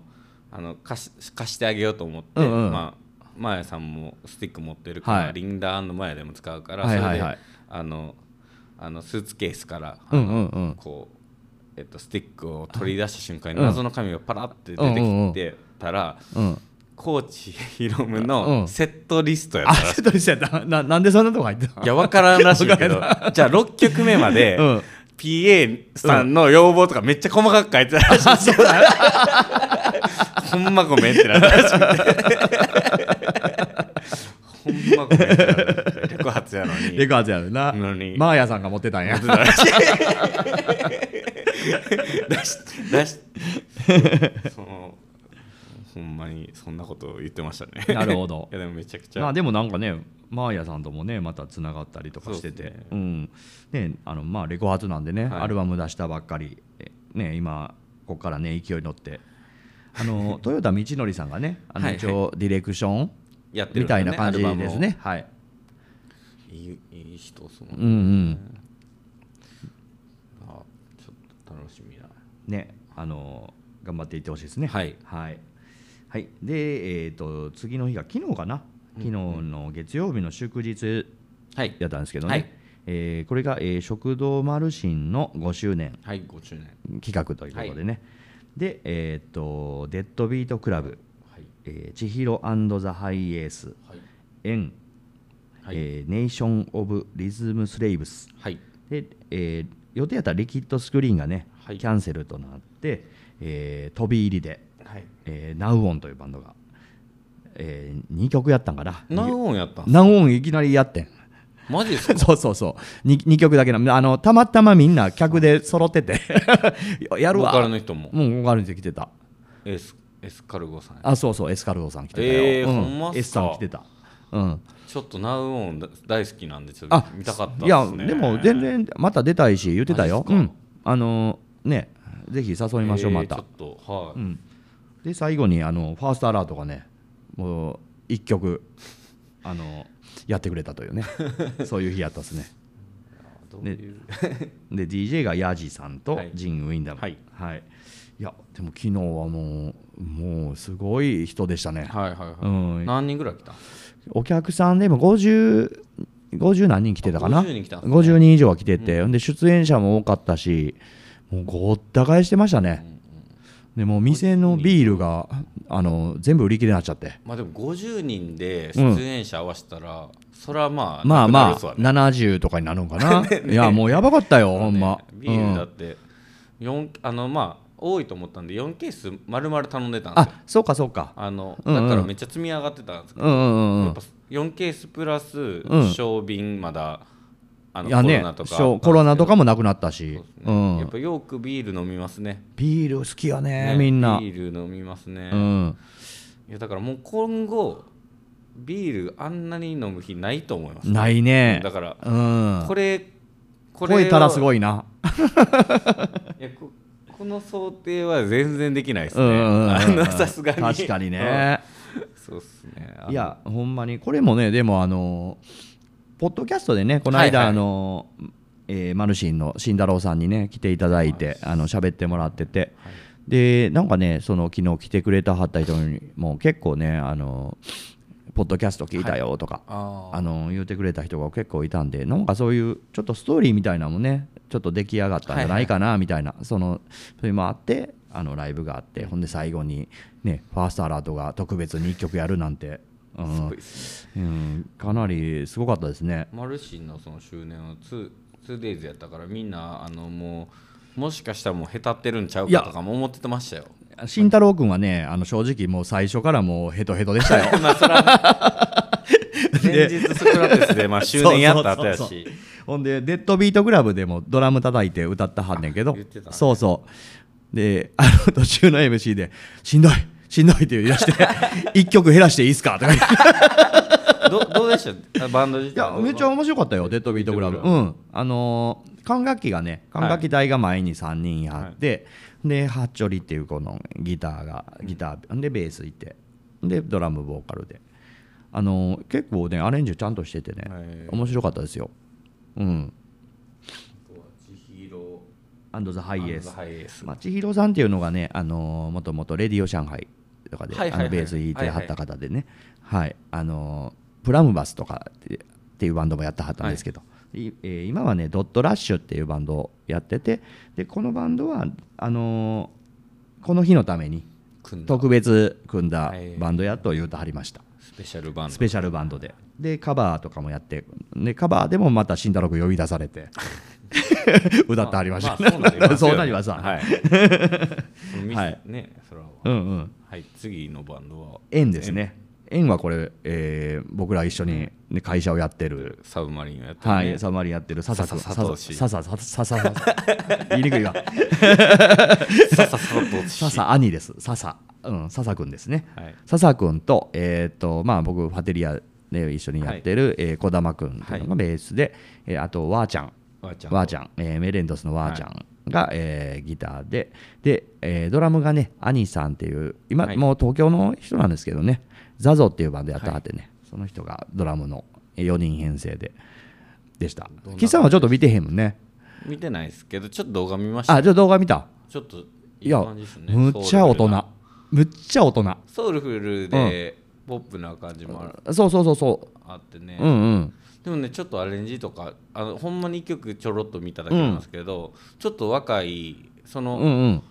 Speaker 2: あの貸し貸してあげようと思って、
Speaker 1: うんうん
Speaker 2: まあマヤさんもスティック持ってるから、
Speaker 1: はい
Speaker 2: リンダーマヤでも使うから、
Speaker 1: はいはい
Speaker 2: そ
Speaker 1: は
Speaker 2: れ
Speaker 1: い
Speaker 2: であのあのスーツケースから、あ
Speaker 1: う
Speaker 2: の
Speaker 1: んうんうん
Speaker 2: こう、えっと、スティックを取り出した瞬間に
Speaker 1: うん
Speaker 2: 謎の紙がパラって出てきてたら、
Speaker 1: うん
Speaker 2: コーチヒロム
Speaker 1: うん
Speaker 2: のセットリストや
Speaker 1: あ
Speaker 2: ったらしい
Speaker 1: セットリストやったな [LAUGHS] なんでそんなとこ入ってた
Speaker 2: いや分からんらしいけど [LAUGHS]
Speaker 1: わか
Speaker 2: じゃあ6曲目まで、
Speaker 1: うん
Speaker 2: PA さんの要望とかめっちゃ細かく書いてたらしい、 [LAUGHS] ほんまごめんってなったらしくてほんまごめんってなったらしくて略発やのに
Speaker 1: レクアーツやるな
Speaker 2: なのに
Speaker 1: マーヤさんが持ってたんや
Speaker 2: 出し出し [LAUGHS] そのほんまにそんなことを言ってましたね
Speaker 1: なるほど
Speaker 2: [LAUGHS] いやでもめちゃくち
Speaker 1: [LAUGHS]
Speaker 2: ゃ、
Speaker 1: まあでもなんかねマーヤさんともねまたつながったりとかしてて
Speaker 2: そうですね
Speaker 1: うんねあのまあレコ発なんでね、
Speaker 2: はい
Speaker 1: アルバム出したばっかりえね今ここからね勢いに乗ってあの
Speaker 2: [LAUGHS]
Speaker 1: 豊田道則さんがねあの
Speaker 2: はいはい
Speaker 1: 一応ディレクション
Speaker 2: やってる
Speaker 1: み
Speaker 2: んだ
Speaker 1: た
Speaker 2: ね
Speaker 1: いな感じですねはい
Speaker 2: アルバムをいいいい人っすもん
Speaker 1: うんうん
Speaker 2: あちょっと楽しみだ
Speaker 1: ねあの頑張っていってほしいですね
Speaker 2: はい
Speaker 1: はい、はいでえっ、と次の日が昨日かな昨日の月曜日の祝日
Speaker 2: はい
Speaker 1: やったんですけどね、
Speaker 2: はい
Speaker 1: えーこれが、えー食堂マルシンの5周年
Speaker 2: はい5周年
Speaker 1: 企画ということでね、で、えーっと「デッドビートクラブ」
Speaker 2: はい
Speaker 1: えー「千尋ザ・ハイエース」
Speaker 2: はい
Speaker 1: 「エン」
Speaker 2: はい
Speaker 1: えーネーション・オブ・リズム・スレイブス
Speaker 2: はい」
Speaker 1: で、えー予定やったらリキッドスクリーンがね、
Speaker 2: はい
Speaker 1: キャンセルとなって、えー飛び入りで、
Speaker 2: はい
Speaker 1: えーナウオンというバンドが、え2曲やったんかな
Speaker 2: 何音やったんす
Speaker 1: ナウオンいきなりやってん
Speaker 2: マジです
Speaker 1: [LAUGHS]
Speaker 2: か
Speaker 1: そうそうそうに 2, 曲だけなあのたまたまみんな客で揃ってて [LAUGHS] やる
Speaker 2: ボーカル
Speaker 1: わ
Speaker 2: の人も
Speaker 1: もう分かるんで来てた
Speaker 2: エスエスカルゴさんや
Speaker 1: あそうそうエスカルゴさん来てたよ、
Speaker 2: えー
Speaker 1: う
Speaker 2: ほんまっすか
Speaker 1: S さん来てたうん
Speaker 2: ちょっとナウオンだ大好きなんでちょっと
Speaker 1: あ
Speaker 2: 見たかったっすね
Speaker 1: いやでも全然また出たいし言ってたよ
Speaker 2: マジ
Speaker 1: う
Speaker 2: っす
Speaker 1: んあのねぜひ誘いましょう
Speaker 2: えー
Speaker 1: また、
Speaker 2: ちょっとはい、
Speaker 1: うん、で最後にあのファーストアラートがねもう1曲あのやってくれたという
Speaker 2: [LAUGHS]
Speaker 1: ねそういう日やったっすね
Speaker 2: どういう、
Speaker 1: で DJ がヤジさんと
Speaker 2: はい
Speaker 1: ジン・ウィンダム、は
Speaker 2: はいい
Speaker 1: い、やでも昨日はもうもうすごい人でしたね、
Speaker 2: [LAUGHS] はいはいはい、
Speaker 1: うん
Speaker 2: 何人ぐらい来たん
Speaker 1: お客さんでも50 50何人来てたかな
Speaker 2: 50人来たんですね
Speaker 1: 50人以上は来てて、で出演者も多かったしもうごった返してましたね、でもう店のビールがあの全部売り切れになっちゃって
Speaker 2: まあでも50人で出演者合わせたら、それはまあ
Speaker 1: まあまあ
Speaker 2: なくなるっすわね
Speaker 1: 70とかになるのか
Speaker 2: [LAUGHS]
Speaker 1: な、いやもうやばかったよほんま、
Speaker 2: ビールだ
Speaker 1: う
Speaker 2: っ
Speaker 1: ん
Speaker 2: て、四あのまあ多いと思ったんで4ケース丸々頼んでたんですよ
Speaker 1: あそうかそうか
Speaker 2: あの
Speaker 1: うんうん
Speaker 2: だからめっちゃ積み上がってたんですけど、
Speaker 1: うんうんうん
Speaker 2: やっぱ4ケースプラス
Speaker 1: ん
Speaker 2: 小瓶まだ、あの
Speaker 1: いや
Speaker 2: コ
Speaker 1: ね
Speaker 2: ロナとか
Speaker 1: そうコロナとかもなくなったしう
Speaker 2: やっ
Speaker 1: ん、
Speaker 2: ぱよくビール飲みますね
Speaker 1: ビール好きやねみんな、
Speaker 2: ビール飲みますね、
Speaker 1: うん、
Speaker 2: いやだからもう今後ビールあんなに飲む日ないと思います、
Speaker 1: ないね
Speaker 2: だから
Speaker 1: うん、
Speaker 2: これこ
Speaker 1: 超えたらす
Speaker 2: い
Speaker 1: ごいない
Speaker 2: やここの想定は全然できないです
Speaker 1: う
Speaker 2: ね
Speaker 1: んうんうん
Speaker 2: あのさすがに
Speaker 1: 確かにね、
Speaker 2: うんそうっすねあの
Speaker 1: いやほんまにこれもねでもあのポッドキャストでねこの間、
Speaker 2: はいはい
Speaker 1: あのえーマルシンの慎太郎さんにね来ていただいて、あの喋ってもらってて、
Speaker 2: はい
Speaker 1: でなんかねその昨日来てくれたはった人にも結構ねあのポッドキャスト聞いたよとか、
Speaker 2: あ
Speaker 1: あの言うてくれた人が結構いたんでなんかそういうちょっとストーリーみたいなのもねちょっと出来上がったんじゃないかなみたいな、そのそれもあってあのライブがあってほんで最後に、ね、ファーストアラートが特別に1曲やるなんて、う
Speaker 2: ーすごい
Speaker 1: ん
Speaker 2: ですね
Speaker 1: うん、かなりすごかったですね。
Speaker 2: マルシンのその周年は 2days やったからみんなあのもうもしかしたらもうへたってるんちゃう
Speaker 1: いや
Speaker 2: かとかも思って
Speaker 1: [LAUGHS]
Speaker 2: ましたよ
Speaker 1: 慎太郎君はねあの正直もう最初からもうヘトヘトでしたよ。
Speaker 2: 前日スクラテスでまあ周年やった後や
Speaker 1: そうそう
Speaker 2: し
Speaker 1: [LAUGHS] ほんでデッドビートクラブでもドラム叩いて歌ったはんねんけど、
Speaker 2: あ言ってたね
Speaker 1: そうそうであの途中の MC で「しんどいしんどい」って言い出
Speaker 2: [LAUGHS]
Speaker 1: して「1曲減らしていいっすか?」とか言って
Speaker 2: どどうでしたバンド自
Speaker 1: いや
Speaker 2: 体
Speaker 1: めっちゃ面白かったよデッドビートクラブ
Speaker 2: デッド
Speaker 1: う
Speaker 2: ビー
Speaker 1: んあのー管楽器がね管楽器隊が前に3人あって、でハッチョリっていうこのギターがギターでベースいてでドラムボーカルであのー結構ねアレンジちゃんとしててね、
Speaker 2: はい
Speaker 1: 面白かったですようん
Speaker 2: 千尋
Speaker 1: アンドザハイエース
Speaker 2: ハイエース
Speaker 1: まあ千尋さんっていうのがね、あのーもともとレディオ上海とかで、
Speaker 2: はいはいはい
Speaker 1: あのベース弾いてはった方でね、はいあのープラムバスとかってっていうバンドもやったはったんですけど、いえー今はねドットラッシュっていうバンドをやっててでこのバンドはあのーこの日のために
Speaker 2: 組んだ
Speaker 1: 特別組んだ
Speaker 2: はい
Speaker 1: バンドやと言うとはりました、
Speaker 2: スペシャルバンド
Speaker 1: スペシャルバンドででカバーとかもやってでカバーでもまた慎太郎君呼び出され
Speaker 2: [LAUGHS]
Speaker 1: て歌ってはりました、
Speaker 2: ああります
Speaker 1: [LAUGHS]
Speaker 2: よ
Speaker 1: そうなりますわ
Speaker 2: はいそのミス
Speaker 1: はい
Speaker 2: ねそれは
Speaker 1: うんうん
Speaker 2: はい次のバンドは
Speaker 1: 円ですね円はこれ、えー僕ら一緒に、ね、会社をやってる、
Speaker 2: サブマリンをやってるね
Speaker 1: はい、サマリンやってる笹君
Speaker 2: 笹
Speaker 1: 笹
Speaker 2: 佐藤氏
Speaker 1: 笹笹笹笹笹言いにくいわ
Speaker 2: さささと
Speaker 1: 笹兄です笹うん笹君ですね
Speaker 2: はい
Speaker 1: 笹君と,、えーとまあ、僕ファテリアで一緒にやってる、えー児玉君っていうのがベースで、えーあとわーちゃん
Speaker 2: わーちゃんと
Speaker 1: わーちゃん、えーメレンドスのわーちゃんが、えーギターでで、えードラムがね兄さんっていう今、
Speaker 2: はい
Speaker 1: もう東京の人なんですけどねザゾっていうバンドやったはってね、その人がドラムの4人編成ででした
Speaker 2: どんな
Speaker 1: 岸さんはちょっと見てへんもんね
Speaker 2: 見てないですけどちょっと動画見ました
Speaker 1: あじゃあ動画見た
Speaker 2: ちょっとい
Speaker 1: い
Speaker 2: い
Speaker 1: や
Speaker 2: 感じですね
Speaker 1: むっちゃ大人むっちゃ大人
Speaker 2: ソウルフルでポップな感じもある
Speaker 1: そうそうそうそ
Speaker 2: あって
Speaker 1: う、
Speaker 2: ね
Speaker 1: うんうん
Speaker 2: でもねちょっとアレンジとかあのほんまに1曲ちょろっと見ただけなんですけど、ちょっと若いそ
Speaker 1: うん
Speaker 2: の、
Speaker 1: うん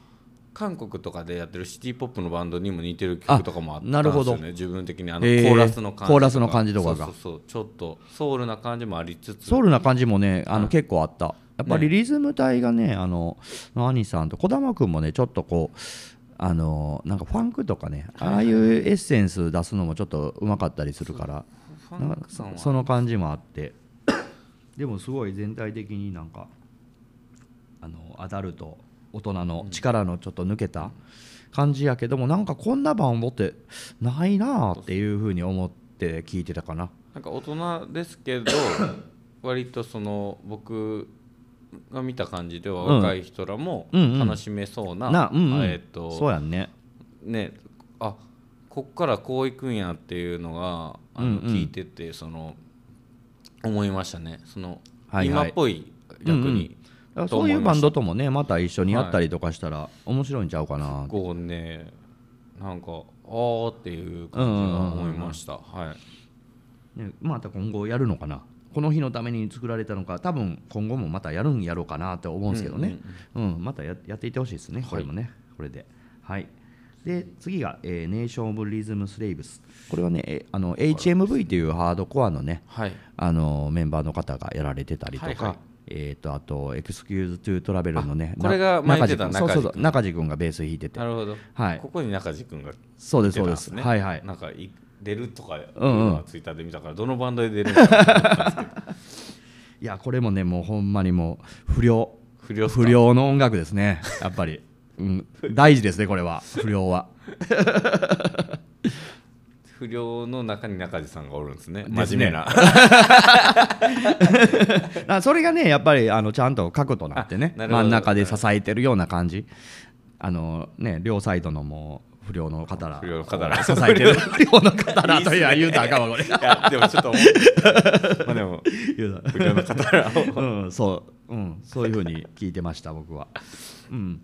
Speaker 2: 韓国とかでやってるシティ・ポップのバンドにも似てる曲とかもあったん
Speaker 1: あなる
Speaker 2: で
Speaker 1: ほ
Speaker 2: す
Speaker 1: ど
Speaker 2: よね自分的にあのコ
Speaker 1: へー
Speaker 2: ーラスの感じとか、
Speaker 1: コーラスの感じとかが
Speaker 2: そうそうそうちょっとソウルな感じもありつつ
Speaker 1: ソウルな感じもねあの
Speaker 2: うん
Speaker 1: 結構あったやっぱりリズム隊がねあの兄さんと児玉君もねちょっとこうあのなんかファンクとかねああいうエッセンス出すのもちょっとうまかったりするから
Speaker 2: フ
Speaker 1: な
Speaker 2: ァ
Speaker 1: ん
Speaker 2: ン
Speaker 1: か
Speaker 2: クさん
Speaker 1: そ
Speaker 2: は
Speaker 1: の感じもあって [COUGHS] でもすごい全体的になんかあのアダルト大人の力のちょっと抜けた感じやけどもなんかこんな版持ってないなあっていうふうに思って聞いてたかな。
Speaker 2: なんか大人ですけど割とその僕が見た感じでは
Speaker 1: うん
Speaker 2: 若い人らも
Speaker 1: うんうん
Speaker 2: 楽しめそうな,、
Speaker 1: なうんうん、
Speaker 2: えっと
Speaker 1: そうやんね。
Speaker 2: ねあこっからこういくんやっていうのがあ
Speaker 1: うん
Speaker 2: の
Speaker 1: うん
Speaker 2: 聞いててその思いましたねその、
Speaker 1: はいはい
Speaker 2: 今っぽい逆に、
Speaker 1: だから
Speaker 2: と
Speaker 1: そ
Speaker 2: 思
Speaker 1: うい
Speaker 2: いう
Speaker 1: バ
Speaker 2: ま
Speaker 1: ン
Speaker 2: した
Speaker 1: ドともねまた一緒にやったりとかしたら面白いんちゃうかな、
Speaker 2: こうねなんかあーっていう感じが思いました、はい
Speaker 1: ね、また今後やるのかなこの日のために作られたのか多分今後もまたやるんやろうかなと思うんですけどね、うんまたややっていってほしいですねこれもね、これではいで次が、えーネーション・オブ・リズム・スレイブス」これはねえーあの HMV というハードコアのね
Speaker 2: はい
Speaker 1: あのメンバーの方がやられてたりとか、
Speaker 2: はいはい
Speaker 1: えー、とあと「エクスキューズ・トゥ・トラベル」のね
Speaker 2: あこれが
Speaker 1: な
Speaker 2: 前出た
Speaker 1: 中地君そうそうそう
Speaker 2: 中地君
Speaker 1: 中地君がベース弾いてて
Speaker 2: なるほど、
Speaker 1: はい
Speaker 2: ここに中地君が
Speaker 1: そうです
Speaker 2: 出
Speaker 1: そう
Speaker 2: たん
Speaker 1: ですす
Speaker 2: ね
Speaker 1: はいはい
Speaker 2: なんかい出るとかいう
Speaker 1: うん
Speaker 2: のはツイッターで見たからどのバンドで出るのか
Speaker 1: いやこれもねもうほんまにもう不良
Speaker 2: 不良っすか
Speaker 1: 不良の音楽ですねやっぱ
Speaker 2: [LAUGHS]
Speaker 1: り、うん、大事ですねこれは不良は
Speaker 2: 不良の中に中地さんがおるんですね
Speaker 1: [LAUGHS] ですね
Speaker 2: 真面目な
Speaker 1: あそれがねやっぱりあのちゃんと角となってね
Speaker 2: あなるほど
Speaker 1: 真ん中で支えてるような感じあのね両サイドのもう不良の方ら
Speaker 2: 不良の方ら
Speaker 1: 支えてる不良の方ら [LAUGHS] といや言うたらあかんわこれ
Speaker 2: いやでもちょっと思うまあでも
Speaker 1: 言うたら
Speaker 2: 不良の方らを
Speaker 1: うん、そう、うん、そういうふうに聞いてました、僕は。うん。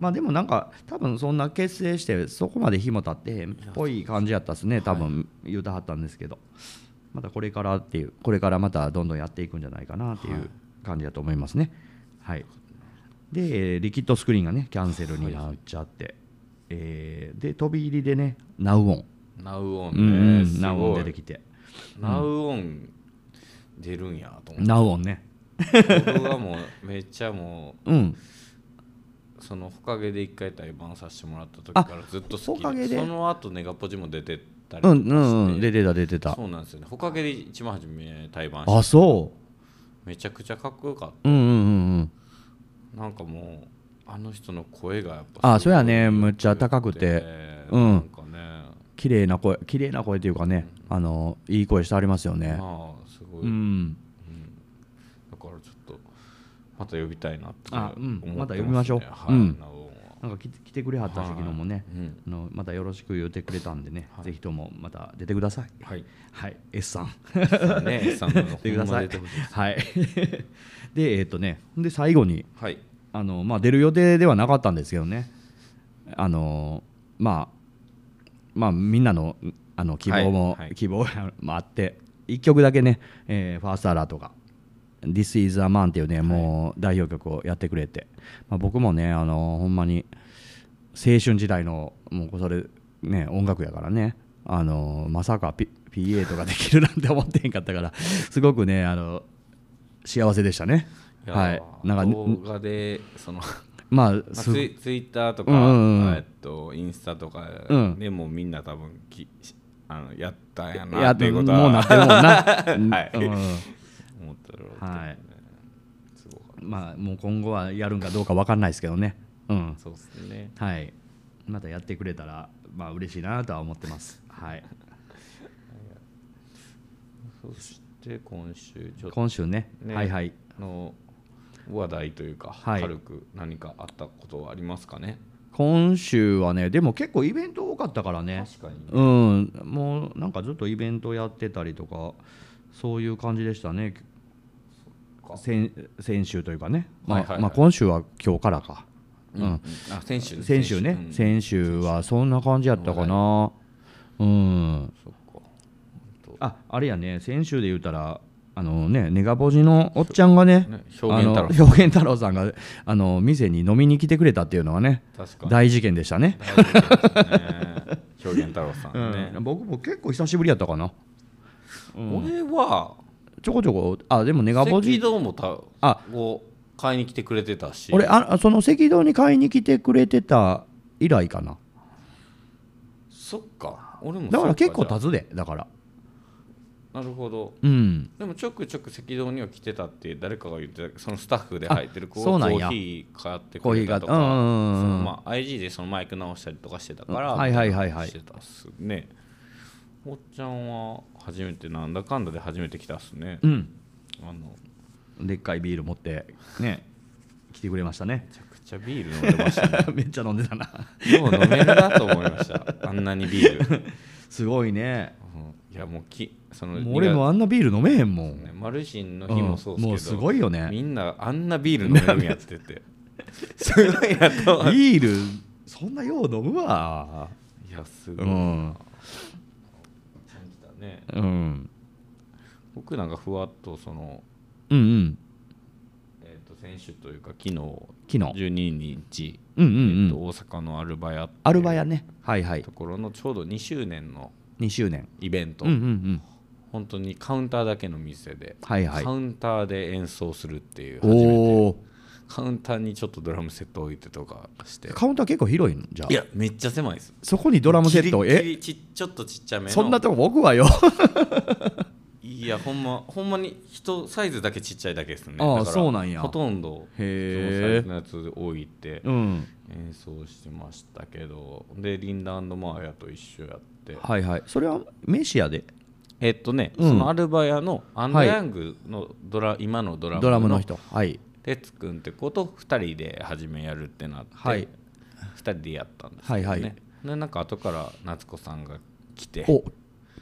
Speaker 1: まあ、でも、なんか、多分、そんな結成して、そこまで日も経ってへんっぽい感じやったっすね、多分、言うたはったんですけど。またこれからっていう、これからまたどんどんやっていくんじゃないかなってい
Speaker 2: は
Speaker 1: う感じだと思いますね。はい。で、えーリキッドスクリーンがね、キャンセルになっちゃって。えーで、飛び入りでね、ナウオン。
Speaker 2: ナウオ
Speaker 1: うんうん
Speaker 2: ンねす
Speaker 1: ナウオン
Speaker 2: ご
Speaker 1: 出
Speaker 2: い
Speaker 1: てきて。
Speaker 2: ナウオン出るんやと思って
Speaker 1: ナウオンね。
Speaker 2: 僕はもうめっちゃも
Speaker 1: うん。
Speaker 2: うその「ほかげ」で一回対バンさせてもらった時からずっと好
Speaker 1: ほ
Speaker 2: き
Speaker 1: かげ
Speaker 2: で
Speaker 1: で
Speaker 2: その後ネガポジも出てっ
Speaker 1: う
Speaker 2: たりとか
Speaker 1: ん、うん、うん、
Speaker 2: して
Speaker 1: 出てた、出てた
Speaker 2: そ。うなんですよね「ほかげ」で一番初め対バンして
Speaker 1: あ、そう。
Speaker 2: めちゃくちゃかっこよかっ
Speaker 1: うんうんうんうん
Speaker 2: たなんかもうあの人の声がやっぱすごい
Speaker 1: あそうやねむっちゃ高くてうん
Speaker 2: なんかね
Speaker 1: 綺麗な声綺麗な声というかねあのいい声してありますよね
Speaker 2: まあすごい、
Speaker 1: うん
Speaker 2: だからちょっとまた呼びたいなって思
Speaker 1: あ
Speaker 2: って
Speaker 1: う
Speaker 2: ます、ね
Speaker 1: んまた呼びましょう
Speaker 2: は
Speaker 1: う
Speaker 2: い、
Speaker 1: ん
Speaker 2: ナオンは
Speaker 1: なんか来て来てくれはった時のもね、
Speaker 2: はいうん
Speaker 1: あのまたよろしく言ってくれたんでね、
Speaker 2: はい
Speaker 1: ぜひともまた出てください。
Speaker 2: はい
Speaker 1: はい、S さん。
Speaker 2: ね
Speaker 1: [LAUGHS]
Speaker 2: S さんの
Speaker 1: 出てくだ
Speaker 2: ほんま
Speaker 1: さい
Speaker 2: 出てほしい。
Speaker 1: はい。 [LAUGHS] で、えっ、とね、ほんで最後に、
Speaker 2: はい
Speaker 1: あのまあ出る予定ではなかったんですけどね、あのまあまあみんなのあの希望も、
Speaker 2: はいはい
Speaker 1: 希望もあって、一曲だけね、えーファーストアラートが。This is a man っていうね、もう代表曲をやってくれて、まあ、僕もね、あのほんまに青春時代のもうそれね音楽やからねあのまさか、P、PA とかできるなんて思ってへんかったからすごくねあの幸せでしたね
Speaker 2: いや
Speaker 1: はいなんか
Speaker 2: 動
Speaker 1: ん
Speaker 2: 画でそ
Speaker 1: [LAUGHS]
Speaker 2: の、ま
Speaker 1: まあ
Speaker 2: あ、
Speaker 1: す
Speaker 2: ツイツイッターとか、
Speaker 1: うんうんうん
Speaker 2: えっと、インスタとか
Speaker 1: うん
Speaker 2: でもうみんな多分きあのやったんや
Speaker 1: や
Speaker 2: な
Speaker 1: っ
Speaker 2: って
Speaker 1: て
Speaker 2: いう
Speaker 1: もう
Speaker 2: ことは
Speaker 1: なってるもんな
Speaker 2: [LAUGHS] はい
Speaker 1: うんうん
Speaker 2: 思ってる
Speaker 1: はい
Speaker 2: すごかっ
Speaker 1: まあもう今後はやるんかどうか分かんないですけどねうん
Speaker 2: たそうですね
Speaker 1: はいまたやってくれたらまあ嬉しいなとは思ってますはい
Speaker 2: そして今週ちょっと
Speaker 1: 今週ね
Speaker 2: ね
Speaker 1: はいはい
Speaker 2: の話題というか、
Speaker 1: はい
Speaker 2: 軽く何かあったことはありますかね
Speaker 1: 今週はねでも結構イベント多かったからね
Speaker 2: 確かに
Speaker 1: うん、もうなんかずっとイベントやってたりとかそういう感じでしたね
Speaker 2: そっか
Speaker 1: 先先週というかね、まあ
Speaker 2: はいはいはい
Speaker 1: まあ、今週は今日からか、
Speaker 2: うんうんあ先週
Speaker 1: 先週ね
Speaker 2: うん
Speaker 1: 先週はそんな感じやったかなうん
Speaker 2: そっか
Speaker 1: ああれやね先週で言うたらあのねネガポジのおっちゃんがね
Speaker 2: ね表
Speaker 1: あの
Speaker 2: 現太郎
Speaker 1: 表現太郎さんがあの店に飲みに来てくれたっていうのはね
Speaker 2: 確かに
Speaker 1: 大事件でしたね
Speaker 2: 大事です
Speaker 1: [LAUGHS]
Speaker 2: ね表現太郎さんね
Speaker 1: う、ん僕も結構久しぶりやったかな
Speaker 2: 俺は
Speaker 1: ちょこちょこあでもネガポジ
Speaker 2: 赤道もた
Speaker 1: あ
Speaker 2: を買いに来てくれてたし
Speaker 1: 俺あその赤道に買いに来てくれてた以来かな
Speaker 2: そっか俺も
Speaker 1: だから結構
Speaker 2: た
Speaker 1: 経つでだから
Speaker 2: なるほど
Speaker 1: うん
Speaker 2: でもちょくちょく赤道には来てたって誰かが言ってたそのスタッフで入ってる子
Speaker 1: あそ
Speaker 2: コ
Speaker 1: うなんや
Speaker 2: ーヒー買ってくれたとか
Speaker 1: コーヒー買ってうんうんうんうん
Speaker 2: そのまあ IG でそのマイク直したりとかしてたから、
Speaker 1: うんはいはいはいはい
Speaker 2: してたっすねおっちゃんは初めてなんだかんだで初めて来たっすね、
Speaker 1: うん
Speaker 2: あのめ
Speaker 1: でっかいビール持ってね来てくれましたね
Speaker 2: ちゃくちゃビール飲んでました
Speaker 1: [LAUGHS] めっちゃ飲んでたな
Speaker 2: よう飲めるなと思いましたあんなにビール、うん
Speaker 1: すごいね
Speaker 2: いやもうきその
Speaker 1: もう俺もあんなビール飲めへんも
Speaker 2: ね
Speaker 1: ん
Speaker 2: マルシンの日もそうですけど、
Speaker 1: うんもうすごいよね
Speaker 2: みんなあんなビール飲めるんやっててすごいなと思って
Speaker 1: ビールそんなよう飲むわ
Speaker 2: いやすご
Speaker 1: う
Speaker 2: い、感
Speaker 1: ん
Speaker 2: じたね
Speaker 1: うん
Speaker 2: 僕なんかふわっとその、
Speaker 1: うんうん
Speaker 2: えー、と選手というか昨日
Speaker 1: 昨日
Speaker 2: 12日、
Speaker 1: うんうんうん
Speaker 2: えーと大阪のアルバヤっていう
Speaker 1: アルバヤねはいはい
Speaker 2: ところのちょうど2周年の
Speaker 1: 2周年
Speaker 2: イベント、
Speaker 1: うんうんうん
Speaker 2: 本当にカウンターだけの店で、
Speaker 1: はいはい
Speaker 2: カウンターで演奏するっていう初めて
Speaker 1: おお
Speaker 2: カウンターにちょっとドラムセット置いてとかして
Speaker 1: カウンター結構広いんじゃあ
Speaker 2: いやめっちゃ狭いです
Speaker 1: そこにドラムセット
Speaker 2: キリッキ
Speaker 1: え
Speaker 2: リちっちょっとちっちゃめの
Speaker 1: そんなとこ僕は
Speaker 2: [LAUGHS]
Speaker 1: よ
Speaker 2: いやほんまほんまに人サイズだけちっちゃいだけですね
Speaker 1: ああ
Speaker 2: だから
Speaker 1: そうなんや
Speaker 2: ほとんど
Speaker 1: へえ
Speaker 2: そのサイズのやつ置いて
Speaker 1: うん
Speaker 2: 演奏してましたけどでリンダマーヤと一緒やって
Speaker 1: はいはいそれはメシアで
Speaker 2: えっとね、
Speaker 1: うん
Speaker 2: そのアルバヤのアンド・
Speaker 1: はい
Speaker 2: ヤングのドラ、今のドラムの
Speaker 1: ドラムの人はい
Speaker 2: 哲くんって子と2人で初めやるってなって、
Speaker 1: はい
Speaker 2: 2人でやったんですけどね、
Speaker 1: はいはい
Speaker 2: でなんか後から夏子さんが来て
Speaker 1: お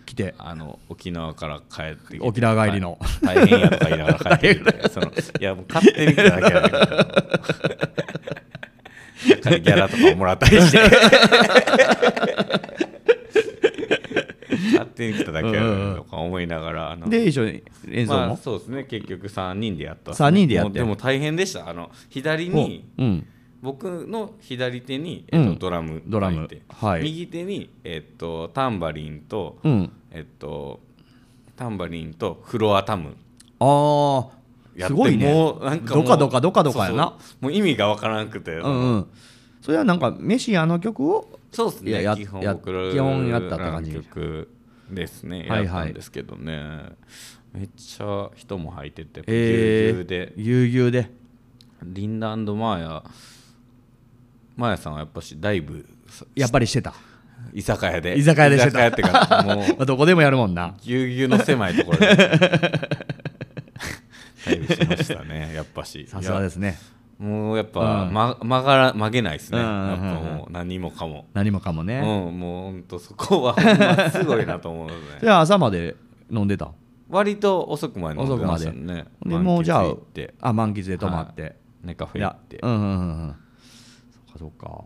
Speaker 1: 来て
Speaker 2: あの沖縄から帰ってきて
Speaker 1: 沖縄帰りの
Speaker 2: 大大変やとか言いながら帰ってきてそのいやもう勝手に来ただけや [LAUGHS] けどギャラとかもらったりして勝手に来ただけやとか思いながらあの
Speaker 1: で一緒に演奏
Speaker 2: まあ
Speaker 1: も
Speaker 2: そうですね結局3人でやったっすね
Speaker 1: 三人でやって
Speaker 2: もうでも大変でしたあの左
Speaker 1: お
Speaker 2: に
Speaker 1: うん
Speaker 2: 僕の左手に、えっと
Speaker 1: うん
Speaker 2: ドラム
Speaker 1: ドラム
Speaker 2: がいて
Speaker 1: はい
Speaker 2: 右手に、えっとタンバリンと、
Speaker 1: うん
Speaker 2: えっとタンバリンとフロアタム
Speaker 1: ああす
Speaker 2: やって
Speaker 1: ごいね
Speaker 2: もうなんかもう
Speaker 1: どかどかどかどかやな
Speaker 2: そうそうもう意味がわからなくて、
Speaker 1: うんうんそれはなんかメシアの曲を
Speaker 2: そうです
Speaker 1: いや
Speaker 2: ね
Speaker 1: や
Speaker 2: 基本
Speaker 1: や
Speaker 2: 僕ら
Speaker 1: 基本やったって感じ
Speaker 2: 曲ですね、
Speaker 1: はいはい
Speaker 2: やったんですけどねめっちゃ人も入っててぎゅうぎ
Speaker 1: え
Speaker 2: ゅうで
Speaker 1: えぎゅうぎゅうで
Speaker 2: リンダマーヤマーヤさんはやっぱしだいぶさ
Speaker 1: やっぱりしてた
Speaker 2: 居酒屋で
Speaker 1: 居酒屋でして
Speaker 2: 居酒屋
Speaker 1: た
Speaker 2: ってかもう
Speaker 1: [LAUGHS] まあどこでもやるもんな
Speaker 2: ぎゅうぎゅうの狭いとこ
Speaker 1: [LAUGHS]
Speaker 2: ろでだいぶしましたねやっぱし
Speaker 1: さすがですね
Speaker 2: いやもうやっぱ、
Speaker 1: うん
Speaker 2: ま、曲がら曲げないですね、
Speaker 1: うんうんうんうん
Speaker 2: やっぱもう何もかも、
Speaker 1: 何もかも
Speaker 2: う
Speaker 1: ね、
Speaker 2: ん、もうほんとそこはほんますごいなと思うので
Speaker 1: [LAUGHS] じゃあ朝まで飲んでた
Speaker 2: 割と遅くまで飲んでましたね
Speaker 1: でもうじゃあ
Speaker 2: 満喫行って
Speaker 1: あ満喫で泊まって、
Speaker 2: ねカフ
Speaker 1: い
Speaker 2: ェ行
Speaker 1: や
Speaker 2: って
Speaker 1: うんうんうんうんそっかそっか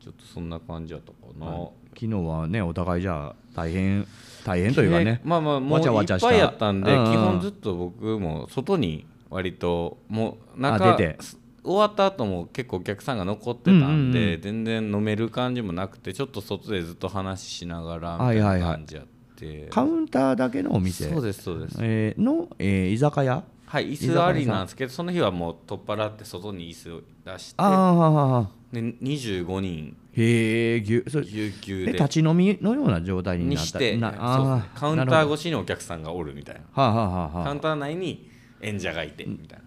Speaker 2: ちょっとそんな感じやったかな、
Speaker 1: 昨日はねお互いじゃあ大変大変というかね
Speaker 2: でまあまあもう
Speaker 1: わ
Speaker 2: い
Speaker 1: ちゃわちゃ
Speaker 2: っ
Speaker 1: した
Speaker 2: ぱいやったんで、
Speaker 1: うんうん
Speaker 2: 基本ずっと僕も外に割ともう
Speaker 1: あ
Speaker 2: 中
Speaker 1: 出て
Speaker 2: 終わった後も結構お客さんが残ってたんで、
Speaker 1: うんうんうん
Speaker 2: 全然飲める感じもなくてちょっと外でずっと話しながら
Speaker 1: は
Speaker 2: み
Speaker 1: いは
Speaker 2: た
Speaker 1: い
Speaker 2: い
Speaker 1: は
Speaker 2: ない感じやって、
Speaker 1: カウンターだけのお店
Speaker 2: そうですそうです、
Speaker 1: えーの、えー居酒屋
Speaker 2: はい椅子ありなんですけどその日はもう取っ払って外に椅子を出して
Speaker 1: ああー
Speaker 2: で25人
Speaker 1: へえぎゅそれ
Speaker 2: 有給
Speaker 1: で
Speaker 2: で
Speaker 1: 立ち飲みのような状態に
Speaker 2: に
Speaker 1: なった
Speaker 2: して
Speaker 1: な
Speaker 2: そう
Speaker 1: あ
Speaker 2: ですねカウンタ
Speaker 1: なる
Speaker 2: ー
Speaker 1: ほ
Speaker 2: 越しにお客さんがおるみたいな
Speaker 1: どはあ、はあはあは
Speaker 2: カ
Speaker 1: あ
Speaker 2: ウンター内に演者がいてみたいな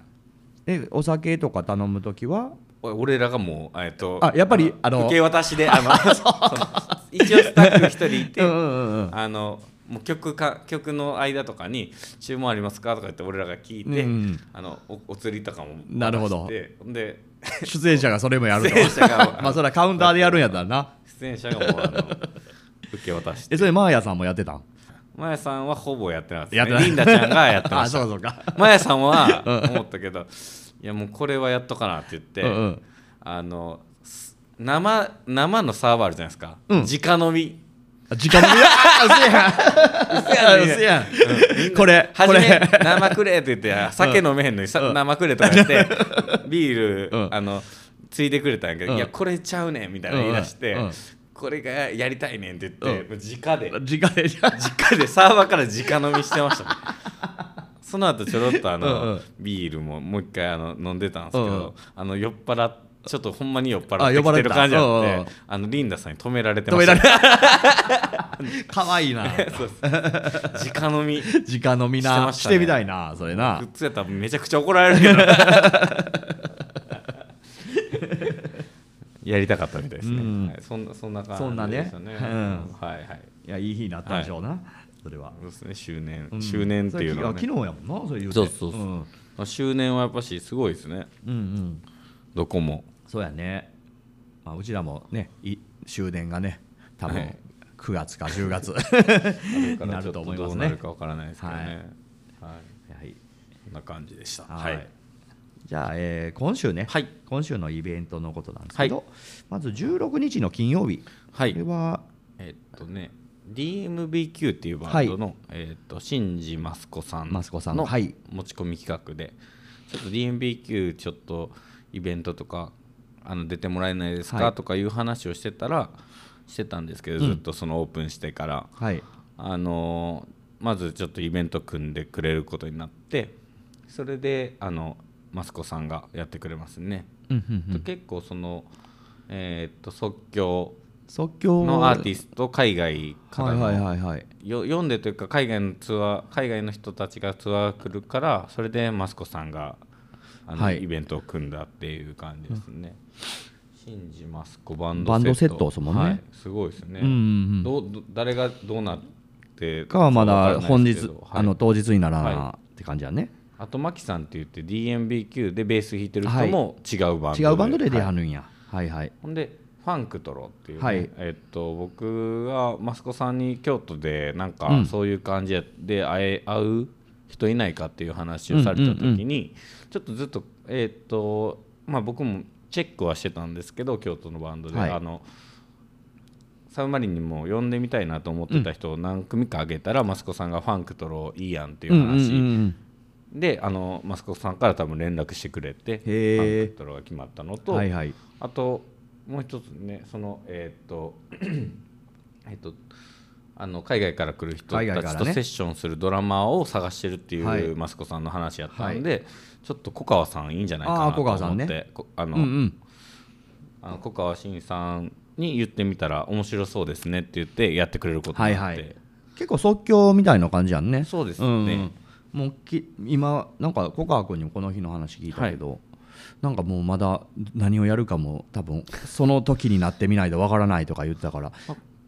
Speaker 1: えお酒とか頼む時は
Speaker 2: お俺らがもうえっと
Speaker 1: あやっぱりあの
Speaker 2: 受け渡し
Speaker 1: [LAUGHS]
Speaker 2: であのその一応スタッフ一人いて
Speaker 1: うんうん
Speaker 2: [LAUGHS]
Speaker 1: うん
Speaker 2: あのもう曲か曲の間とかに「注文ありますか?」とか言って俺らが聞いて、
Speaker 1: うん
Speaker 2: あのおお釣りとかも
Speaker 1: なるほど
Speaker 2: 渡してで
Speaker 1: 出演者がそれも
Speaker 2: [LAUGHS]
Speaker 1: やると
Speaker 2: 出演者が
Speaker 1: [LAUGHS] まあそれはカウンターでやるんやったらな
Speaker 2: 出演者がもうあの受け渡して [LAUGHS]
Speaker 1: えそれマーヤさんもやってたん
Speaker 2: マヤさんはほぼやってなかった
Speaker 1: や
Speaker 2: で
Speaker 1: っ
Speaker 2: す
Speaker 1: て
Speaker 2: ね
Speaker 1: ない
Speaker 2: リンダちゃんがやってま
Speaker 1: [LAUGHS] あ
Speaker 2: し
Speaker 1: そ
Speaker 2: た
Speaker 1: うかそうか
Speaker 2: マヤさんは思ったけどいやもうこれはやっとかなって言って、
Speaker 1: うんうん
Speaker 2: あのす生生のサーバーあるじゃないですか、
Speaker 1: うん
Speaker 2: 直飲み
Speaker 1: あ時間もや
Speaker 2: [LAUGHS]
Speaker 1: あ嘘やん嘘やんこれ
Speaker 2: は
Speaker 1: こ
Speaker 2: じめ
Speaker 1: れ
Speaker 2: 生くれって言って酒飲めへんのにさ、生くれとか言って
Speaker 1: [LAUGHS]
Speaker 2: ビール、
Speaker 1: うん
Speaker 2: あのついてくれたんやけど、
Speaker 1: うん
Speaker 2: いやこれちゃうねんみたいな言い出して、
Speaker 1: うんうん
Speaker 2: これがやりたいねんって言って、もう直で
Speaker 1: 時間で
Speaker 2: 直でサーバーから直飲みしてましたも
Speaker 1: [LAUGHS]
Speaker 2: んその後ちょろっとあの
Speaker 1: うんうん
Speaker 2: ビールももう一回あの飲んでたんですけど、
Speaker 1: うんうん
Speaker 2: あの酔っ払っちょっとほんまに酔っ
Speaker 1: あ
Speaker 2: 払って
Speaker 1: 酔っ
Speaker 2: き
Speaker 1: 払
Speaker 2: て
Speaker 1: った
Speaker 2: る感じあっ
Speaker 1: う
Speaker 2: て
Speaker 1: ん
Speaker 2: あ
Speaker 1: うん
Speaker 2: のリンダさんに止められて
Speaker 1: 止
Speaker 2: ま
Speaker 1: め
Speaker 2: し
Speaker 1: ら
Speaker 2: た
Speaker 1: れかわい
Speaker 2: [LAUGHS]
Speaker 1: いな
Speaker 2: そうです直飲み
Speaker 1: 時間飲み
Speaker 2: して
Speaker 1: な
Speaker 2: ま
Speaker 1: し
Speaker 2: した
Speaker 1: て,、
Speaker 2: ね
Speaker 1: みたいなそれな
Speaker 2: 普通やったらめちゃくちゃ怒られる
Speaker 1: [LAUGHS]
Speaker 2: けどやりたかったみたいですね、
Speaker 1: うん
Speaker 2: はい、そんなそんな
Speaker 1: そんな
Speaker 2: 感じ
Speaker 1: ね
Speaker 2: でしたね
Speaker 1: うん
Speaker 2: はいはい
Speaker 1: いやいい日になったんでしょうな、それは、
Speaker 2: そうですね周年、
Speaker 1: うん
Speaker 2: 周年っていうのは、
Speaker 1: それ
Speaker 2: ね、
Speaker 1: 昨日やもんなそれ言うて
Speaker 2: そうそうそう
Speaker 1: うん、
Speaker 2: まあ周年はやっぱしすごいですね
Speaker 1: うんうん
Speaker 2: どこも
Speaker 1: そうやね、まあ、うちらもねい終電がね多
Speaker 2: は
Speaker 1: 分
Speaker 2: い
Speaker 1: 9月か10月
Speaker 2: [LAUGHS]
Speaker 1: になると思います
Speaker 2: どうなる
Speaker 1: ね
Speaker 2: かわからないですけどね。はい。
Speaker 1: はい
Speaker 2: こんな感じでした。
Speaker 1: はい
Speaker 2: はい。
Speaker 1: じゃあ、えー今週ね、
Speaker 2: はい
Speaker 1: 今週のイベントのことなんですけど、
Speaker 2: は
Speaker 1: まず16日の金曜日、こ
Speaker 2: は
Speaker 1: れ
Speaker 2: い。
Speaker 1: は
Speaker 2: えっとね、DMBQ っていうバンドのえっと新次マスコさん
Speaker 1: マスコさん
Speaker 2: の
Speaker 1: はい
Speaker 2: 持ち込み企画で、ちょっと DMBQ ちょっとイベントとかあの出てもらえないです
Speaker 1: は
Speaker 2: か
Speaker 1: い
Speaker 2: とかいう話をしてたらしてたんですけど、
Speaker 1: うん
Speaker 2: ずっとそのオープンしてから。
Speaker 1: はい
Speaker 2: あのーまずちょっとイベント組んでくれることになってそれであのマスコさんがやってくれますね、
Speaker 1: うんうんう
Speaker 2: と
Speaker 1: ん
Speaker 2: 結構その、えーっと即興
Speaker 1: 即興
Speaker 2: のアーティ
Speaker 1: ス
Speaker 2: スト海外からの、
Speaker 1: はいはいはいはい
Speaker 2: よ読んでというか海外のツアー海外の人たちがツアー来るからそれでマスコさんがあの、
Speaker 1: はい
Speaker 2: イベントを組んだっていう感じですね、シンジマスコバンドセット
Speaker 1: バンドセットですもんね
Speaker 2: はいすごいですね、
Speaker 1: うんうんうん
Speaker 2: どうど誰がどうなって
Speaker 1: かはまだ本日、
Speaker 2: ちょっとわか
Speaker 1: あ
Speaker 2: ん
Speaker 1: の
Speaker 2: ないですけどはい
Speaker 1: 当日にならな、
Speaker 2: は
Speaker 1: って感じやね
Speaker 2: あとマキさんって言って DMBQ でベース弾いてる人も違うバンド
Speaker 1: 違うバンドで出
Speaker 2: はい
Speaker 1: はるんや、はい、はい
Speaker 2: ほんでファンクトロっていうね、
Speaker 1: はい
Speaker 2: えっと僕がマスコさんに京都でなん
Speaker 1: う
Speaker 2: か
Speaker 1: ん
Speaker 2: そういう感じで会え会う人いないかっていう話をされた時に、ちょっとずっとえっとまあ僕もチェックはしてたんですけど京都のバンドで、
Speaker 1: はい
Speaker 2: あのサウマリンにも呼んでみたいなと思ってた人を何組かあげたら、マスコさんが「ファンクトロいいやん」っていう話、
Speaker 1: うんうんうんうん
Speaker 2: であのマスコさんから多分連絡してくれてフ
Speaker 1: へー
Speaker 2: ァンクトロが決まったのと、
Speaker 1: はいはい
Speaker 2: あともう一つねそのえーっと [CLEARS THROAT] えーっとあの海外から来る人
Speaker 1: 海外
Speaker 2: た
Speaker 1: か
Speaker 2: ち
Speaker 1: ら
Speaker 2: と
Speaker 1: ね
Speaker 2: セッションするドラマーを探してるっていう、
Speaker 1: はい
Speaker 2: マスコさんの話やったんで、ちょっと小川さんいいんじゃないか
Speaker 1: あ
Speaker 2: な
Speaker 1: ー
Speaker 2: と
Speaker 1: 小
Speaker 2: 思
Speaker 1: 川
Speaker 2: って
Speaker 1: さんね
Speaker 2: こあ
Speaker 1: うん
Speaker 2: の、
Speaker 1: うん
Speaker 2: あの小川慎さんに言ってみたら面白そうですねって言ってやってくれることになって、
Speaker 1: はいはい結構即興みたいな感じやんね
Speaker 2: そうですよね
Speaker 1: うんもうき今なんか小川君にもこの日の話聞いたけど、なんかもうまだ何をやるかも多分その時になってみないとわからないとか言ってたから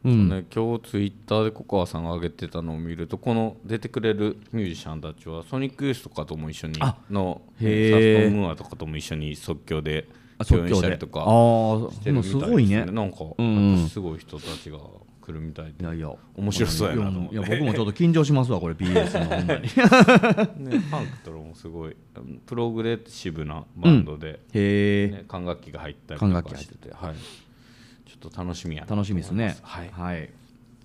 Speaker 1: うん
Speaker 2: ね、今日ツイッターでココアさんが上げてたのを見るとこの出てくれるミュージシャンたちはソニックユースとかとも一緒に
Speaker 1: あ
Speaker 2: の
Speaker 1: へー
Speaker 2: サストンムーアとかとも一緒に即興で
Speaker 1: あ
Speaker 2: 共演したりと
Speaker 1: あ
Speaker 2: か
Speaker 1: あー
Speaker 2: して
Speaker 1: で
Speaker 2: るみ
Speaker 1: も
Speaker 2: たいですすね
Speaker 1: ごいね
Speaker 2: なんか、
Speaker 1: うんうん
Speaker 2: やっぱすごい人たちが来るみたい
Speaker 1: い [LAUGHS]
Speaker 2: で、
Speaker 1: やいや
Speaker 2: 面白そうやなと思っ
Speaker 1: い
Speaker 2: て
Speaker 1: や僕もちょっと緊張します
Speaker 2: [LAUGHS]
Speaker 1: わこれ BS のほんまにへ
Speaker 2: ね、パンクトロもすごいうんプログレッシブなバンドで、
Speaker 1: え、
Speaker 2: ね管楽器が入ったりと
Speaker 1: 管楽器
Speaker 2: か
Speaker 1: 入っ
Speaker 2: しててて、はい、ちょっと楽しみやなと思
Speaker 1: 楽しみですね
Speaker 2: いまはい、
Speaker 1: はい、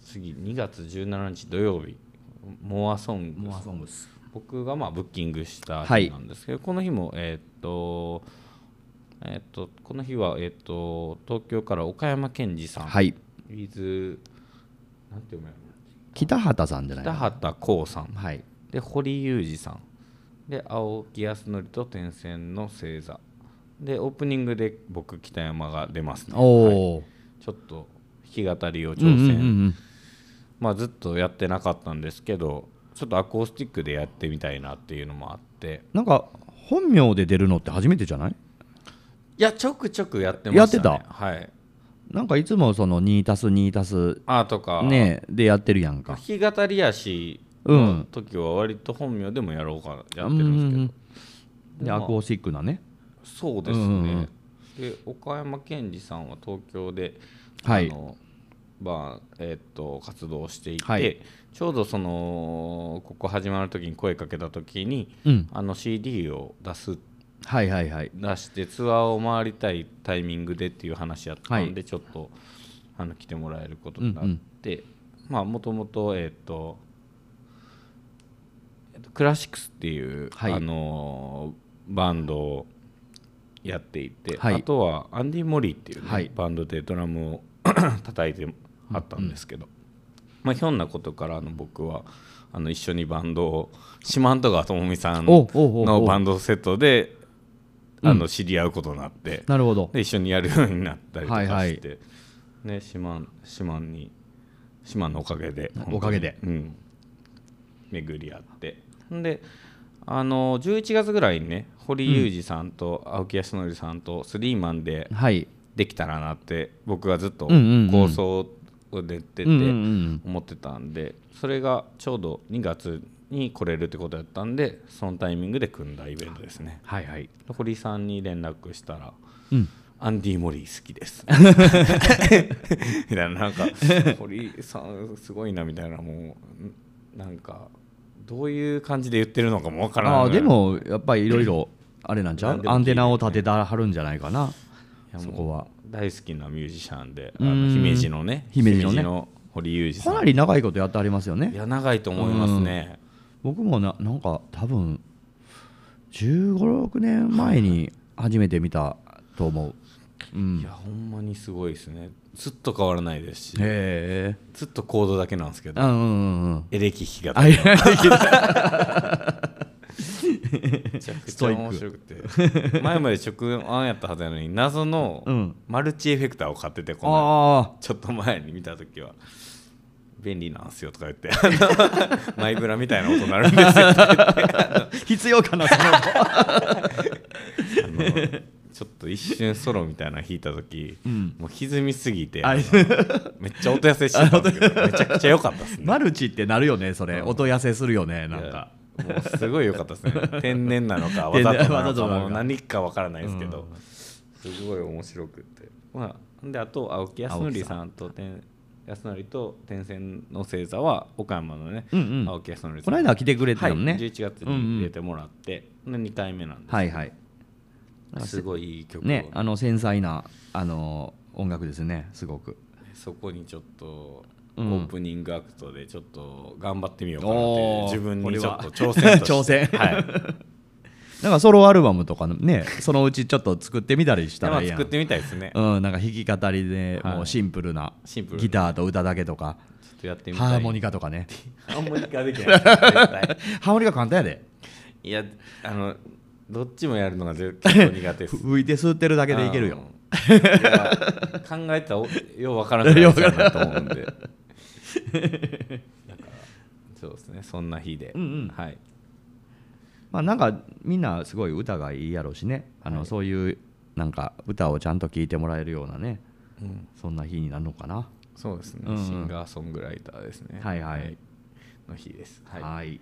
Speaker 2: 次2月17日土曜日モアソング
Speaker 1: モアソングス
Speaker 2: 僕がまあブッキングした
Speaker 1: はい
Speaker 2: 日なんですけど、この日もえーっとえーっとこの日はえーっと東京から岡山健二さん、
Speaker 1: はい
Speaker 2: with なんて読むや
Speaker 1: 北畑さんじゃ
Speaker 2: ろ
Speaker 1: ない
Speaker 2: 北畑光さん
Speaker 1: はい
Speaker 2: で堀裕二さんで青木康則と天線の星座でオープニングで僕北山が出ますね
Speaker 1: お
Speaker 2: はい
Speaker 1: おー、
Speaker 2: ちょっと弾き語りを挑
Speaker 1: うんうん
Speaker 2: 戦、
Speaker 1: うん
Speaker 2: まあ、ずっとやってなかったんですけどちょっとアコースティックでやってみたいなっていうのもあって
Speaker 1: なんか本名で出るのって初めてじゃない
Speaker 2: いやちょくちょくやってました、ね、
Speaker 1: やってた
Speaker 2: はい
Speaker 1: なんかいつもその2たす2たす
Speaker 2: あーとか、
Speaker 1: ねでやってるやん
Speaker 2: 弾
Speaker 1: か
Speaker 2: き語りやし
Speaker 1: うん
Speaker 2: 時は割と本名でもやろうかや
Speaker 1: う
Speaker 2: ってるんですけど、
Speaker 1: んうんでアコースティックなね
Speaker 2: そうですね、
Speaker 1: うんうんうん
Speaker 2: で岡山健二さんは東京で、
Speaker 1: はい
Speaker 2: あのまあえっと活動していて、
Speaker 1: はい
Speaker 2: ちょうどそのここ始まる時に声かけた時に
Speaker 1: うん
Speaker 2: あの CD を出す
Speaker 1: はいはいはい
Speaker 2: 出してツアーを回りたいタイミングでっていう話やったんで、ちょっとあの来てもらえることになって、まあもともとえっ、とえっとクラシックスっていう、
Speaker 1: はい
Speaker 2: あのーバンドをやっていて、
Speaker 1: はい
Speaker 2: あとはアンディ・モリーっていうね、
Speaker 1: はい
Speaker 2: バンドでドラムを [COUGHS] 叩いてあったんですけど、まあ、ひょんなことからあの僕はあの一緒にバンドを四万十川智美さん
Speaker 1: おうおうおうおう
Speaker 2: のバンドセットで
Speaker 1: うん
Speaker 2: あの知り合うことになって、
Speaker 1: なるほど
Speaker 2: で一緒にやるようになったりとかして、
Speaker 1: はいはい
Speaker 2: ね島島に島のおかげで
Speaker 1: おかげで
Speaker 2: 本当にうん、巡り合ってんであの11月ぐらいにね堀裕二さんと青木康則さんとスリーマンで
Speaker 1: はい
Speaker 2: できたらなって僕がずっと
Speaker 1: うんうんうん
Speaker 2: 構想を出てて
Speaker 1: うんうんうん
Speaker 2: 思ってたんでそれがちょうど2月に来れるってことやったんでそのタイミングで組んだイベントですね
Speaker 1: はいはい
Speaker 2: 堀さんに連絡したら
Speaker 1: うん
Speaker 2: アンディ・モリー好き
Speaker 1: [LAUGHS]
Speaker 2: です。みたいな、なんか、堀さん、すごいなみたいな、もう、んなんか、どういう感じで言ってるのかもわからない
Speaker 1: あ
Speaker 2: ぐ
Speaker 1: あ
Speaker 2: ら
Speaker 1: で
Speaker 2: い。
Speaker 1: もやっぱりいろいろあれなんちゃう
Speaker 2: 何でも聞いて
Speaker 1: アンテナを立てたはるんじゃないかない
Speaker 2: や、
Speaker 1: そ
Speaker 2: もう
Speaker 1: こは
Speaker 2: 大好きなミュージシャンで、あ
Speaker 1: うん
Speaker 2: の姫路のね、
Speaker 1: 姫路のね
Speaker 2: 堀裕二さ
Speaker 1: か
Speaker 2: ん。
Speaker 1: なり長いことやってありますよ
Speaker 2: い
Speaker 1: ね
Speaker 2: や、長いと思いますね。
Speaker 1: 僕もななんか多分1 5 6年前に初めて見たと思ううん
Speaker 2: いや、ほんまにすごいですね。ずっと変わらないですし、
Speaker 1: へえ
Speaker 2: ずっとコードだけなんですけ
Speaker 1: うん
Speaker 2: ど、
Speaker 1: うんうんうん
Speaker 2: エレキ弾き語
Speaker 1: あ
Speaker 2: り
Speaker 1: いや
Speaker 2: [LAUGHS] めちゃくちゃ面白くて前まで直案やったはずやのに謎の
Speaker 1: うん
Speaker 2: マルチエフェクターを買っててこの
Speaker 1: あ
Speaker 2: ちょっと前に見た時は便利なんすよとか言って [LAUGHS] マイブラみたいな音になるんですよ
Speaker 1: [LAUGHS] あ必要かなその
Speaker 2: [LAUGHS] あのちょっと一瞬ソロみたいなの弾いた時、
Speaker 1: うん
Speaker 2: もう歪みすぎて
Speaker 1: あ
Speaker 2: あのめっちゃ音痩せしてたんです
Speaker 1: [LAUGHS]
Speaker 2: けどめちゃくちゃ良かったですね
Speaker 1: マルチってなるよねそれ音痩せするよねなんか
Speaker 2: いやもうすごい良かったです
Speaker 1: [LAUGHS]
Speaker 2: ね天然なのかわざとな
Speaker 1: わざ
Speaker 2: の
Speaker 1: と
Speaker 2: か
Speaker 1: なのか
Speaker 2: もう何かわからないですけど、すごい面白くってまあであと青木康
Speaker 1: 青木
Speaker 2: 則
Speaker 1: さん
Speaker 2: さんと天康則と天線の星座は岡山のね、
Speaker 1: うんうん
Speaker 2: 青木康則さん
Speaker 1: この間は来てくれてたもんね
Speaker 2: はい、11月に出てもらって、で2回目なんです、
Speaker 1: はいはい
Speaker 2: すごいいい曲を、
Speaker 1: ねあの繊細なあの音楽ですねすごく
Speaker 2: そこにちょっとオ
Speaker 1: うん
Speaker 2: ープニングアクトでちょっと頑張ってみようかなって
Speaker 1: おー
Speaker 2: 自分
Speaker 1: これ
Speaker 2: にちょ
Speaker 1: は [LAUGHS]
Speaker 2: っと挑戦として
Speaker 1: 挑戦
Speaker 2: はい
Speaker 1: なんかソロアルバムとかねそのうちちょっと作ってみたりした
Speaker 2: ま
Speaker 1: ら
Speaker 2: あ
Speaker 1: いいやん
Speaker 2: 作ってみたいですね、
Speaker 1: うんなんか弾き語りで
Speaker 2: はい
Speaker 1: もうシンプルな
Speaker 2: シンプルな
Speaker 1: ギターと歌だけとか
Speaker 2: ちょっとやってみたい
Speaker 1: ハーモニカとかね
Speaker 2: ハーモニカで
Speaker 1: [LAUGHS]
Speaker 2: きない絶対
Speaker 1: ハーモニカ簡単やで
Speaker 2: いやあのどっちもやるのが絶結構苦手です
Speaker 1: 吹いて吸ってるだけでいけるよ
Speaker 2: うんいや考えたらおようわからないやつだなと思うんでだからそうですねそんな日で、
Speaker 1: うんうん
Speaker 2: はい
Speaker 1: まあ、なんかみんなすごい歌がいいやろうしねあの、
Speaker 2: はい
Speaker 1: そういうなんか歌をちゃんと聴いてもらえるようなね
Speaker 2: うん、
Speaker 1: そんな日になるのかな
Speaker 2: そうですね、
Speaker 1: うんうん
Speaker 2: シンガーソングライターですね
Speaker 1: はいはい
Speaker 2: の日です、
Speaker 1: はい、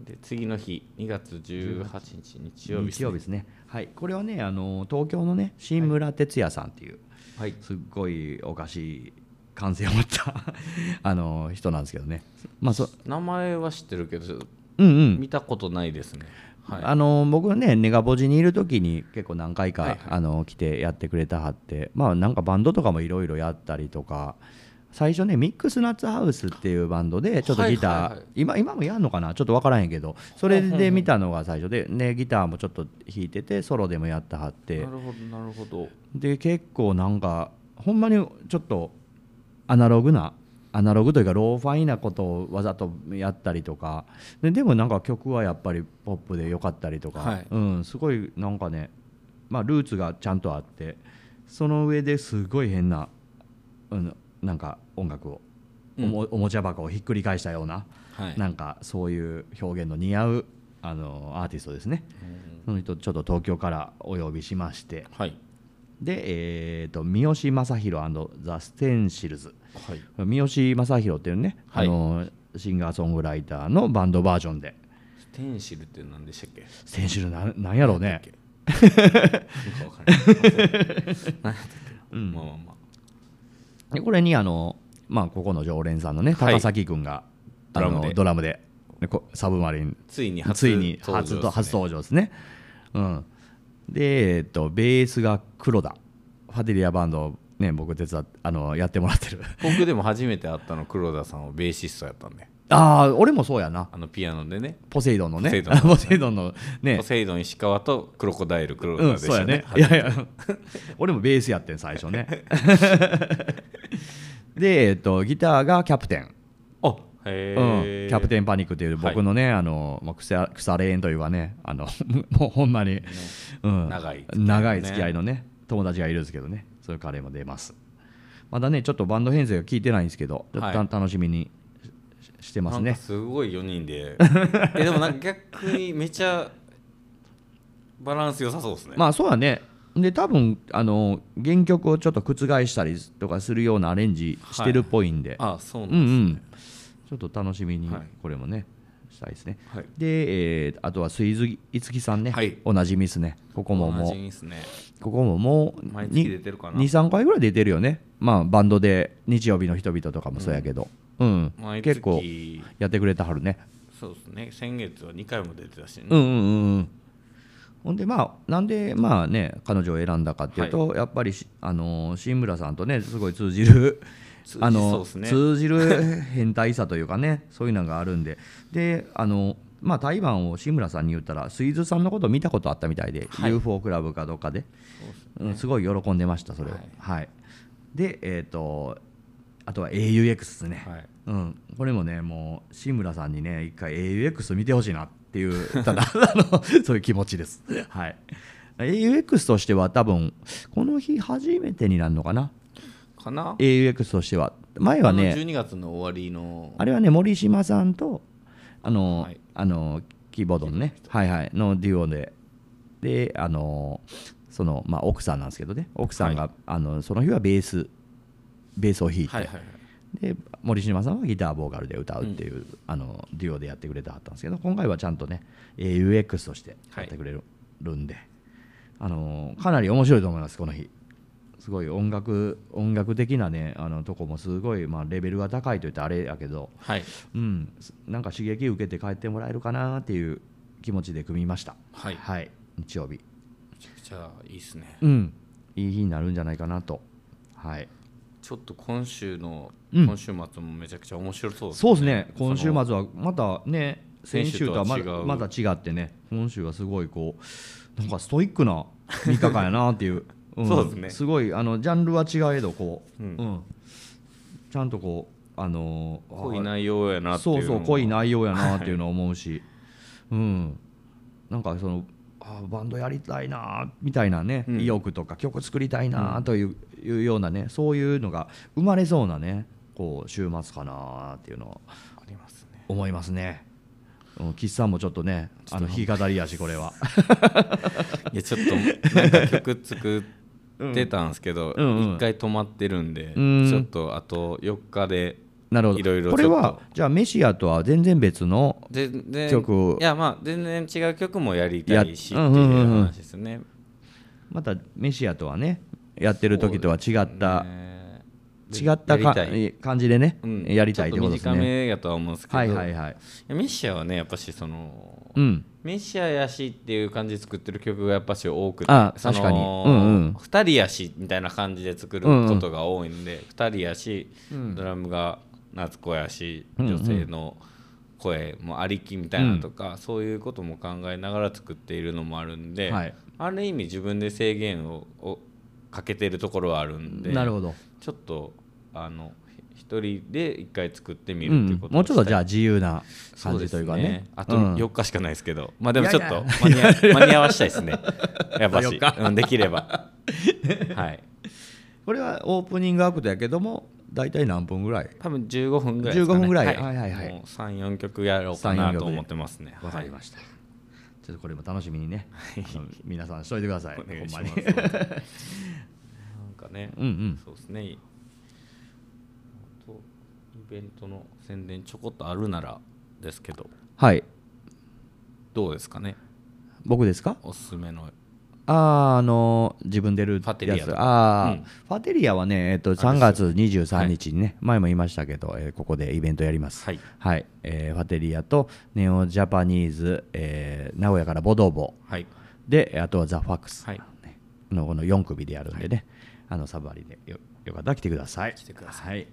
Speaker 2: で次の日2月18日日曜日
Speaker 1: 日曜日ですねはいこれはねあの東京のね新村哲也さんっていう、
Speaker 2: はい
Speaker 1: すっごいおかしい感性を持った [LAUGHS] あの人なんですけどねまあそ
Speaker 2: 名前は知ってるけど、
Speaker 1: うんうん
Speaker 2: 見たことないですねはい
Speaker 1: あの僕ねネガポジにいる時に結構何回か、
Speaker 2: はいはい
Speaker 1: あの来てやってくれたはってまあなんかバンドとかもいろいろやったりとか最初ねミックスナッツハウスっていうバンドでちょっとギター、
Speaker 2: はいはいはい
Speaker 1: 今今もやんのかなちょっと分からへんけどそれで見たのが最初で、ね、ギターもちょっと弾いててソロでもやったはって
Speaker 2: なるほどなるほど
Speaker 1: で結構なんかほんまにちょっとアナログなアナログというかローファイなことをわざとやったりとかででもなんか曲はやっぱりポップで良かったりとか、
Speaker 2: はい
Speaker 1: うん、すごいなんかね、まあ、ルーツがちゃんとあってその上ですごい変な、うん、なんか音楽を、おもおもちゃ箱をひっくり返したような,、
Speaker 2: はい
Speaker 1: なんかそういう表現の似合うあのアーティストですね。
Speaker 2: うん
Speaker 1: その人ちょっと東京からお呼びしまして、
Speaker 2: はい
Speaker 1: で、えー、と三好正弘ザ・ステンシルズ
Speaker 2: はい
Speaker 1: 三好正弘っていうね、
Speaker 2: はい
Speaker 1: あのシンガーソングライターのバンドバージョンで
Speaker 2: ステンシルって何でしたっけ
Speaker 1: ステンシルななんやろうね
Speaker 2: なんかわからない何やったっけまあまあまあ
Speaker 1: でこれにあの、まあ、ここの常連さんのね
Speaker 2: はい
Speaker 1: 高崎君が、あの
Speaker 2: ドラムで
Speaker 1: ドラムででこサブマリン
Speaker 2: ついに初
Speaker 1: ついに
Speaker 2: 登場です
Speaker 1: 初
Speaker 2: ね
Speaker 1: と初登場ですね。うん、で、えっと、ベースが黒田ファデリアバンド、ね、僕手伝っあのやってもら
Speaker 2: [LAUGHS]
Speaker 1: ってる
Speaker 2: 僕でも初めて会ったの黒田さんはベーシストやったんで
Speaker 1: ああ俺もそうやな
Speaker 2: あのピアノでね
Speaker 1: ポセイドンのね
Speaker 2: ポ
Speaker 1: [LAUGHS] ポセイドンのね
Speaker 2: ポセイドン石川とクロコダイル黒
Speaker 1: う
Speaker 2: 田
Speaker 1: ん、
Speaker 2: でし
Speaker 1: そう
Speaker 2: た
Speaker 1: やね
Speaker 2: ね,、。
Speaker 1: いやいや、 [LAUGHS] 俺もベースやってん、最初ね。 [LAUGHS] で、えっと、ギターがキャプテン、
Speaker 2: あへ
Speaker 1: う
Speaker 2: え、
Speaker 1: ん、キャプテンパニックという
Speaker 2: はい
Speaker 1: 僕のね、あのまあ、腐腐れ縁というかね、あの [LAUGHS] もうほんまに、うん、
Speaker 2: 長い付き合いのね
Speaker 1: 長い付き合いのね、友達がいるんですけどね、そういう彼も出ます。まだね、ちょっとバンド編成が聞いてないんですけど、ちょっとた
Speaker 2: はい
Speaker 1: 楽しみにししてます
Speaker 2: なん
Speaker 1: ね
Speaker 2: か。すごい4人でえでもなんか逆にめちゃバランス良さそうですね、
Speaker 1: まあそうだねで多分あの原曲をちょっと覆したりとかするようなアレンジしてるっぽいんで、
Speaker 2: ああそうなん
Speaker 1: う
Speaker 2: で
Speaker 1: ん
Speaker 2: す、
Speaker 1: うん、ちょっと楽しみに
Speaker 2: はい
Speaker 1: これもね、したいですね。
Speaker 2: はい
Speaker 1: で、えーあとは水木樹さんね、
Speaker 2: はい
Speaker 1: おなじみですね、ここも
Speaker 2: 同
Speaker 1: も
Speaker 2: じですね
Speaker 1: う、ここももう
Speaker 2: 毎月出てるかな
Speaker 1: 3回ぐらい出てるよね、まあ、バンドで日曜日の人々とかもそうやけど、うん、
Speaker 2: 毎月
Speaker 1: 結構やってくれたはるね。
Speaker 2: そうですね先月は2回も出てたし、ね
Speaker 1: うんうんうんうんほんでまあなんでまあね彼女を選んだかっていうと、やっぱりしあのー新村さんとねすごい通じる
Speaker 2: [LAUGHS] 通じ
Speaker 1: あ
Speaker 2: そう
Speaker 1: の
Speaker 2: っす [LAUGHS] ね
Speaker 1: 通じる変態さというかねそういうのがあるんでであのまあ台湾を志村さんに言ったらスイズさんのこと見たことあったみたいで、
Speaker 2: はい
Speaker 1: UFO クラブかどっかで
Speaker 2: そうっす
Speaker 1: うん、すごい喜んでましたそれをは
Speaker 2: はい
Speaker 1: い、でえっ、とあとは AUX ですね、
Speaker 2: はい
Speaker 1: うん、これもねもう志村さんにね一回 AUX 見てほしいなっていう [LAUGHS] ただあのそういう気持ちです、はい、AUX としては多分この日初めてになるのかな
Speaker 2: かな
Speaker 1: AUX としては前は
Speaker 2: あの
Speaker 1: ね
Speaker 2: 12月の終わりの
Speaker 1: あれはね森島さんとあの、
Speaker 2: はい
Speaker 1: あのキーボードのねはいはいのデュオでであのそのまあ奥さんなんですけどね奥さんが、あのその日はベースベースを弾いて、
Speaker 2: はいはいはい
Speaker 1: で森島さんはギターボーカルで歌うっていう、あのデュオでやってくれてはったんですけど今回はちゃんとね AUX としてやってくれる,、んであのかなり面白いと思いますこの日すごい音楽音楽的なねあのとこもすごい、まあ、レベルが高いといってあれやけど、
Speaker 2: はい
Speaker 1: うん、すなんか刺激受けて帰ってもらえるかなっていう気持ちで組みました
Speaker 2: はい
Speaker 1: はい、日曜日
Speaker 2: めちゃくちゃいいですね
Speaker 1: うんいい日になるんじゃないかなとはい
Speaker 2: ちょっと今週
Speaker 1: う
Speaker 2: の、
Speaker 1: ん
Speaker 2: 今週末もめちゃくちゃ面白そうですね
Speaker 1: そうですね、
Speaker 2: その
Speaker 1: 今週末はまたね、先週とはま
Speaker 2: 先週とは違う
Speaker 1: また違ってね、今週はすごいこう、なんかストイック
Speaker 2: [LAUGHS]
Speaker 1: な3日間やなっていう、ん
Speaker 2: そうですね
Speaker 1: すごいあのジャンルは違えどこう、
Speaker 2: う
Speaker 1: うんんちゃんとこう、あのー
Speaker 2: 濃い内容やなってい
Speaker 1: そう
Speaker 2: うの
Speaker 1: そう、
Speaker 2: も
Speaker 1: 濃い内容やなっていうのは思うし、うん、なんかその、あバンドやりたいなみたいなね、
Speaker 2: うん
Speaker 1: 意欲とか、曲作りたいなという,、いうようなね、そういうのが生まれそうなね、こう週末かなっていうのは。
Speaker 2: ありますね
Speaker 1: 思いますねうん岸さんもちょっとねあの弾き語りやしこれは [LAUGHS]
Speaker 2: いやちょっとなんか曲作ってたんですけど一、
Speaker 1: うんうんうん
Speaker 2: 回止まってるんで、
Speaker 1: うん
Speaker 2: ちょっとあと4日で
Speaker 1: なるほど
Speaker 2: いろいろ
Speaker 1: これ
Speaker 2: ちょっ
Speaker 1: は
Speaker 2: と
Speaker 1: じゃあメシアとは全然別の
Speaker 2: 全然
Speaker 1: 曲を
Speaker 2: いやまあ全然違う曲もやりたいしっ
Speaker 1: や
Speaker 2: てい
Speaker 1: うんうんうん
Speaker 2: う
Speaker 1: うん
Speaker 2: 話ですね。
Speaker 1: またメシアとはねやってる時とは違った、
Speaker 2: ね
Speaker 1: 違ったか
Speaker 2: やりたい
Speaker 1: 感じでね、
Speaker 2: うん
Speaker 1: やりたいってことで
Speaker 2: ち
Speaker 1: す
Speaker 2: ょっと短
Speaker 1: ね
Speaker 2: めやとは思うんですけど、
Speaker 1: はいはいはい
Speaker 2: いやメシアはねやっぱしその、
Speaker 1: うん
Speaker 2: メシアやしっていう感じで作ってる曲がやっぱし多くて
Speaker 1: あ
Speaker 2: その
Speaker 1: 確かにうんうん
Speaker 2: 二人やしみたいな感じで作ることが多いんで、二人やし、ドラムが夏子やし
Speaker 1: うんうん
Speaker 2: 女性の声もありきみたいなとか、そういうことも考えながら作っているのもあるんで、
Speaker 1: はい
Speaker 2: ある意味自分で制限ををかけてるところはあるんで
Speaker 1: なるほど、
Speaker 2: ちょっとあのひ一人で一回作って
Speaker 1: う
Speaker 2: みるっていうんこ、と
Speaker 1: もうちょっとじゃあ
Speaker 2: あ
Speaker 1: 自由な感じというかね
Speaker 2: あと
Speaker 1: うん
Speaker 2: 4日しかないですけど、まあでも
Speaker 1: いや
Speaker 2: ち
Speaker 1: い
Speaker 2: ょっ
Speaker 1: や
Speaker 2: と間に合間に合わしたいですねやっぱし
Speaker 1: 4、日
Speaker 2: うん、できればはい
Speaker 1: これはオープニングアクトやけども大体何分ぐらい
Speaker 2: 多分15分ぐらいですか、
Speaker 1: 15
Speaker 2: ね、
Speaker 1: 分ぐらい
Speaker 2: は
Speaker 1: はいい
Speaker 2: は
Speaker 1: はいい
Speaker 2: は
Speaker 1: はいい
Speaker 2: もう34曲やろうか
Speaker 1: 3-4
Speaker 2: なと
Speaker 1: 曲で
Speaker 2: 思ってますね
Speaker 1: わかりま
Speaker 2: し
Speaker 1: した、ちょっとこれも楽しみにねあの皆さんしといてください
Speaker 2: お願いします
Speaker 1: ほんまに
Speaker 2: なんかね、
Speaker 1: うんうん
Speaker 2: そうですねあとイベントの宣伝ちょこっとあるならですけど
Speaker 1: はい
Speaker 2: どうですかね
Speaker 1: 僕ですか
Speaker 2: おすすめの
Speaker 1: あーあの自分出る
Speaker 2: ファテリア
Speaker 1: や
Speaker 2: と
Speaker 1: つ
Speaker 2: か
Speaker 1: あー、
Speaker 2: うん
Speaker 1: ファテリアはね、えっと
Speaker 2: すよ
Speaker 1: 3月23日にね、前も言いましたけど、えーここでイベントやります
Speaker 2: はい
Speaker 1: えーファテリアとネオジャパニーズ、えー名古屋からボドボ
Speaker 2: はい
Speaker 1: であとはザ・ファックス、
Speaker 2: はい
Speaker 1: のこの4組でやるんでね、あのサブアリでよよかったら来てください
Speaker 2: 来てくだ
Speaker 1: さい、はい、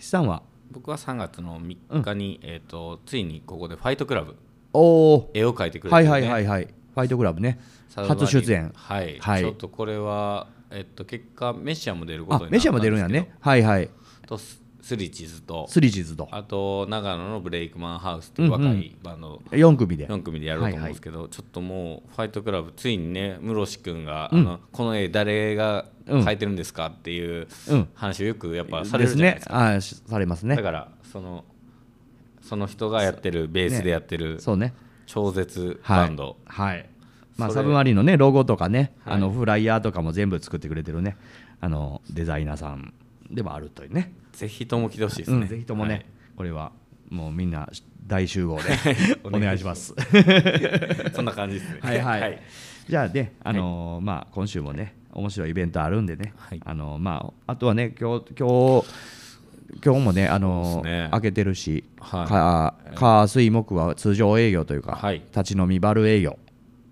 Speaker 1: 岸さんは
Speaker 2: 僕は3月の3日に、えー、とついにここで「ファイトクラブ
Speaker 1: おお」、
Speaker 2: 絵を描いてくれて、
Speaker 1: はい
Speaker 2: ね、
Speaker 1: はいはいはいファイトクラブね
Speaker 2: サウダーニ
Speaker 1: 初出演
Speaker 2: はい、
Speaker 1: はい
Speaker 2: ちょっとこれは、えっと結果メシアも出るこ
Speaker 1: あ
Speaker 2: とになったん
Speaker 1: メ
Speaker 2: で
Speaker 1: シ
Speaker 2: すけ
Speaker 1: ア
Speaker 2: ど
Speaker 1: も出るんやねはいはい
Speaker 2: とススリチズと
Speaker 1: スリージーズと
Speaker 2: あと長野のブレイクマンハウスという
Speaker 1: う
Speaker 2: 若
Speaker 1: んう
Speaker 2: いバンド、
Speaker 1: 4組で
Speaker 2: 4組でやろうと思うんですけど、ちょっともう「ファイトクラブ」ついにね室シ君が、あの「この絵誰が描いてるんですか?」っていう
Speaker 1: うん
Speaker 2: 話をよくやっぱさ
Speaker 1: で
Speaker 2: れる
Speaker 1: す
Speaker 2: じゃな
Speaker 1: ね
Speaker 2: いですか。
Speaker 1: あしされますね
Speaker 2: だからそのその人がやってるベースでやってる
Speaker 1: そうね
Speaker 2: 超絶
Speaker 1: は
Speaker 2: バ
Speaker 1: い
Speaker 2: ンド、
Speaker 1: はいまあ
Speaker 2: それ
Speaker 1: サブマリンのねロゴとかね、
Speaker 2: はい
Speaker 1: あのフライヤーとかも全部作ってくれてるねあのデザイナーさんでもあるというね
Speaker 2: ぜひとも来てほしいです
Speaker 1: う
Speaker 2: ね、
Speaker 1: ん、ぜひともね、
Speaker 2: はい
Speaker 1: これはもうみんな大集合で [LAUGHS] お願いします。
Speaker 2: [LAUGHS] そんな感じですね
Speaker 1: はいはい、じゃあね、あのーまあ、今週もね面白いイベントあるんでね、
Speaker 2: はい
Speaker 1: あのーまあ、あとはね今日今日今日もね、あ
Speaker 2: そ
Speaker 1: の
Speaker 2: う
Speaker 1: ー
Speaker 2: ですね
Speaker 1: 開けてるし、
Speaker 2: はい
Speaker 1: か火水木は通常営業というか、
Speaker 2: はい
Speaker 1: 立ち飲みバル営業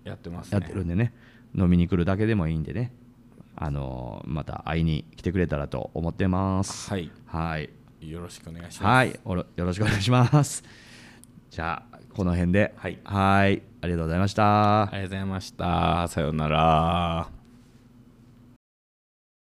Speaker 2: やってます
Speaker 1: や
Speaker 2: ね
Speaker 1: ってるんでね飲みに来るだけでもいいんでね、あのーまた会いに来てくれたらと思ってます。
Speaker 2: はい
Speaker 1: はい
Speaker 2: よろしくお願いします
Speaker 1: はい、おろよろしくお願いします。じゃあこの辺で、
Speaker 2: はい
Speaker 1: はいありがとうございました
Speaker 2: ありがとうございましたさようなら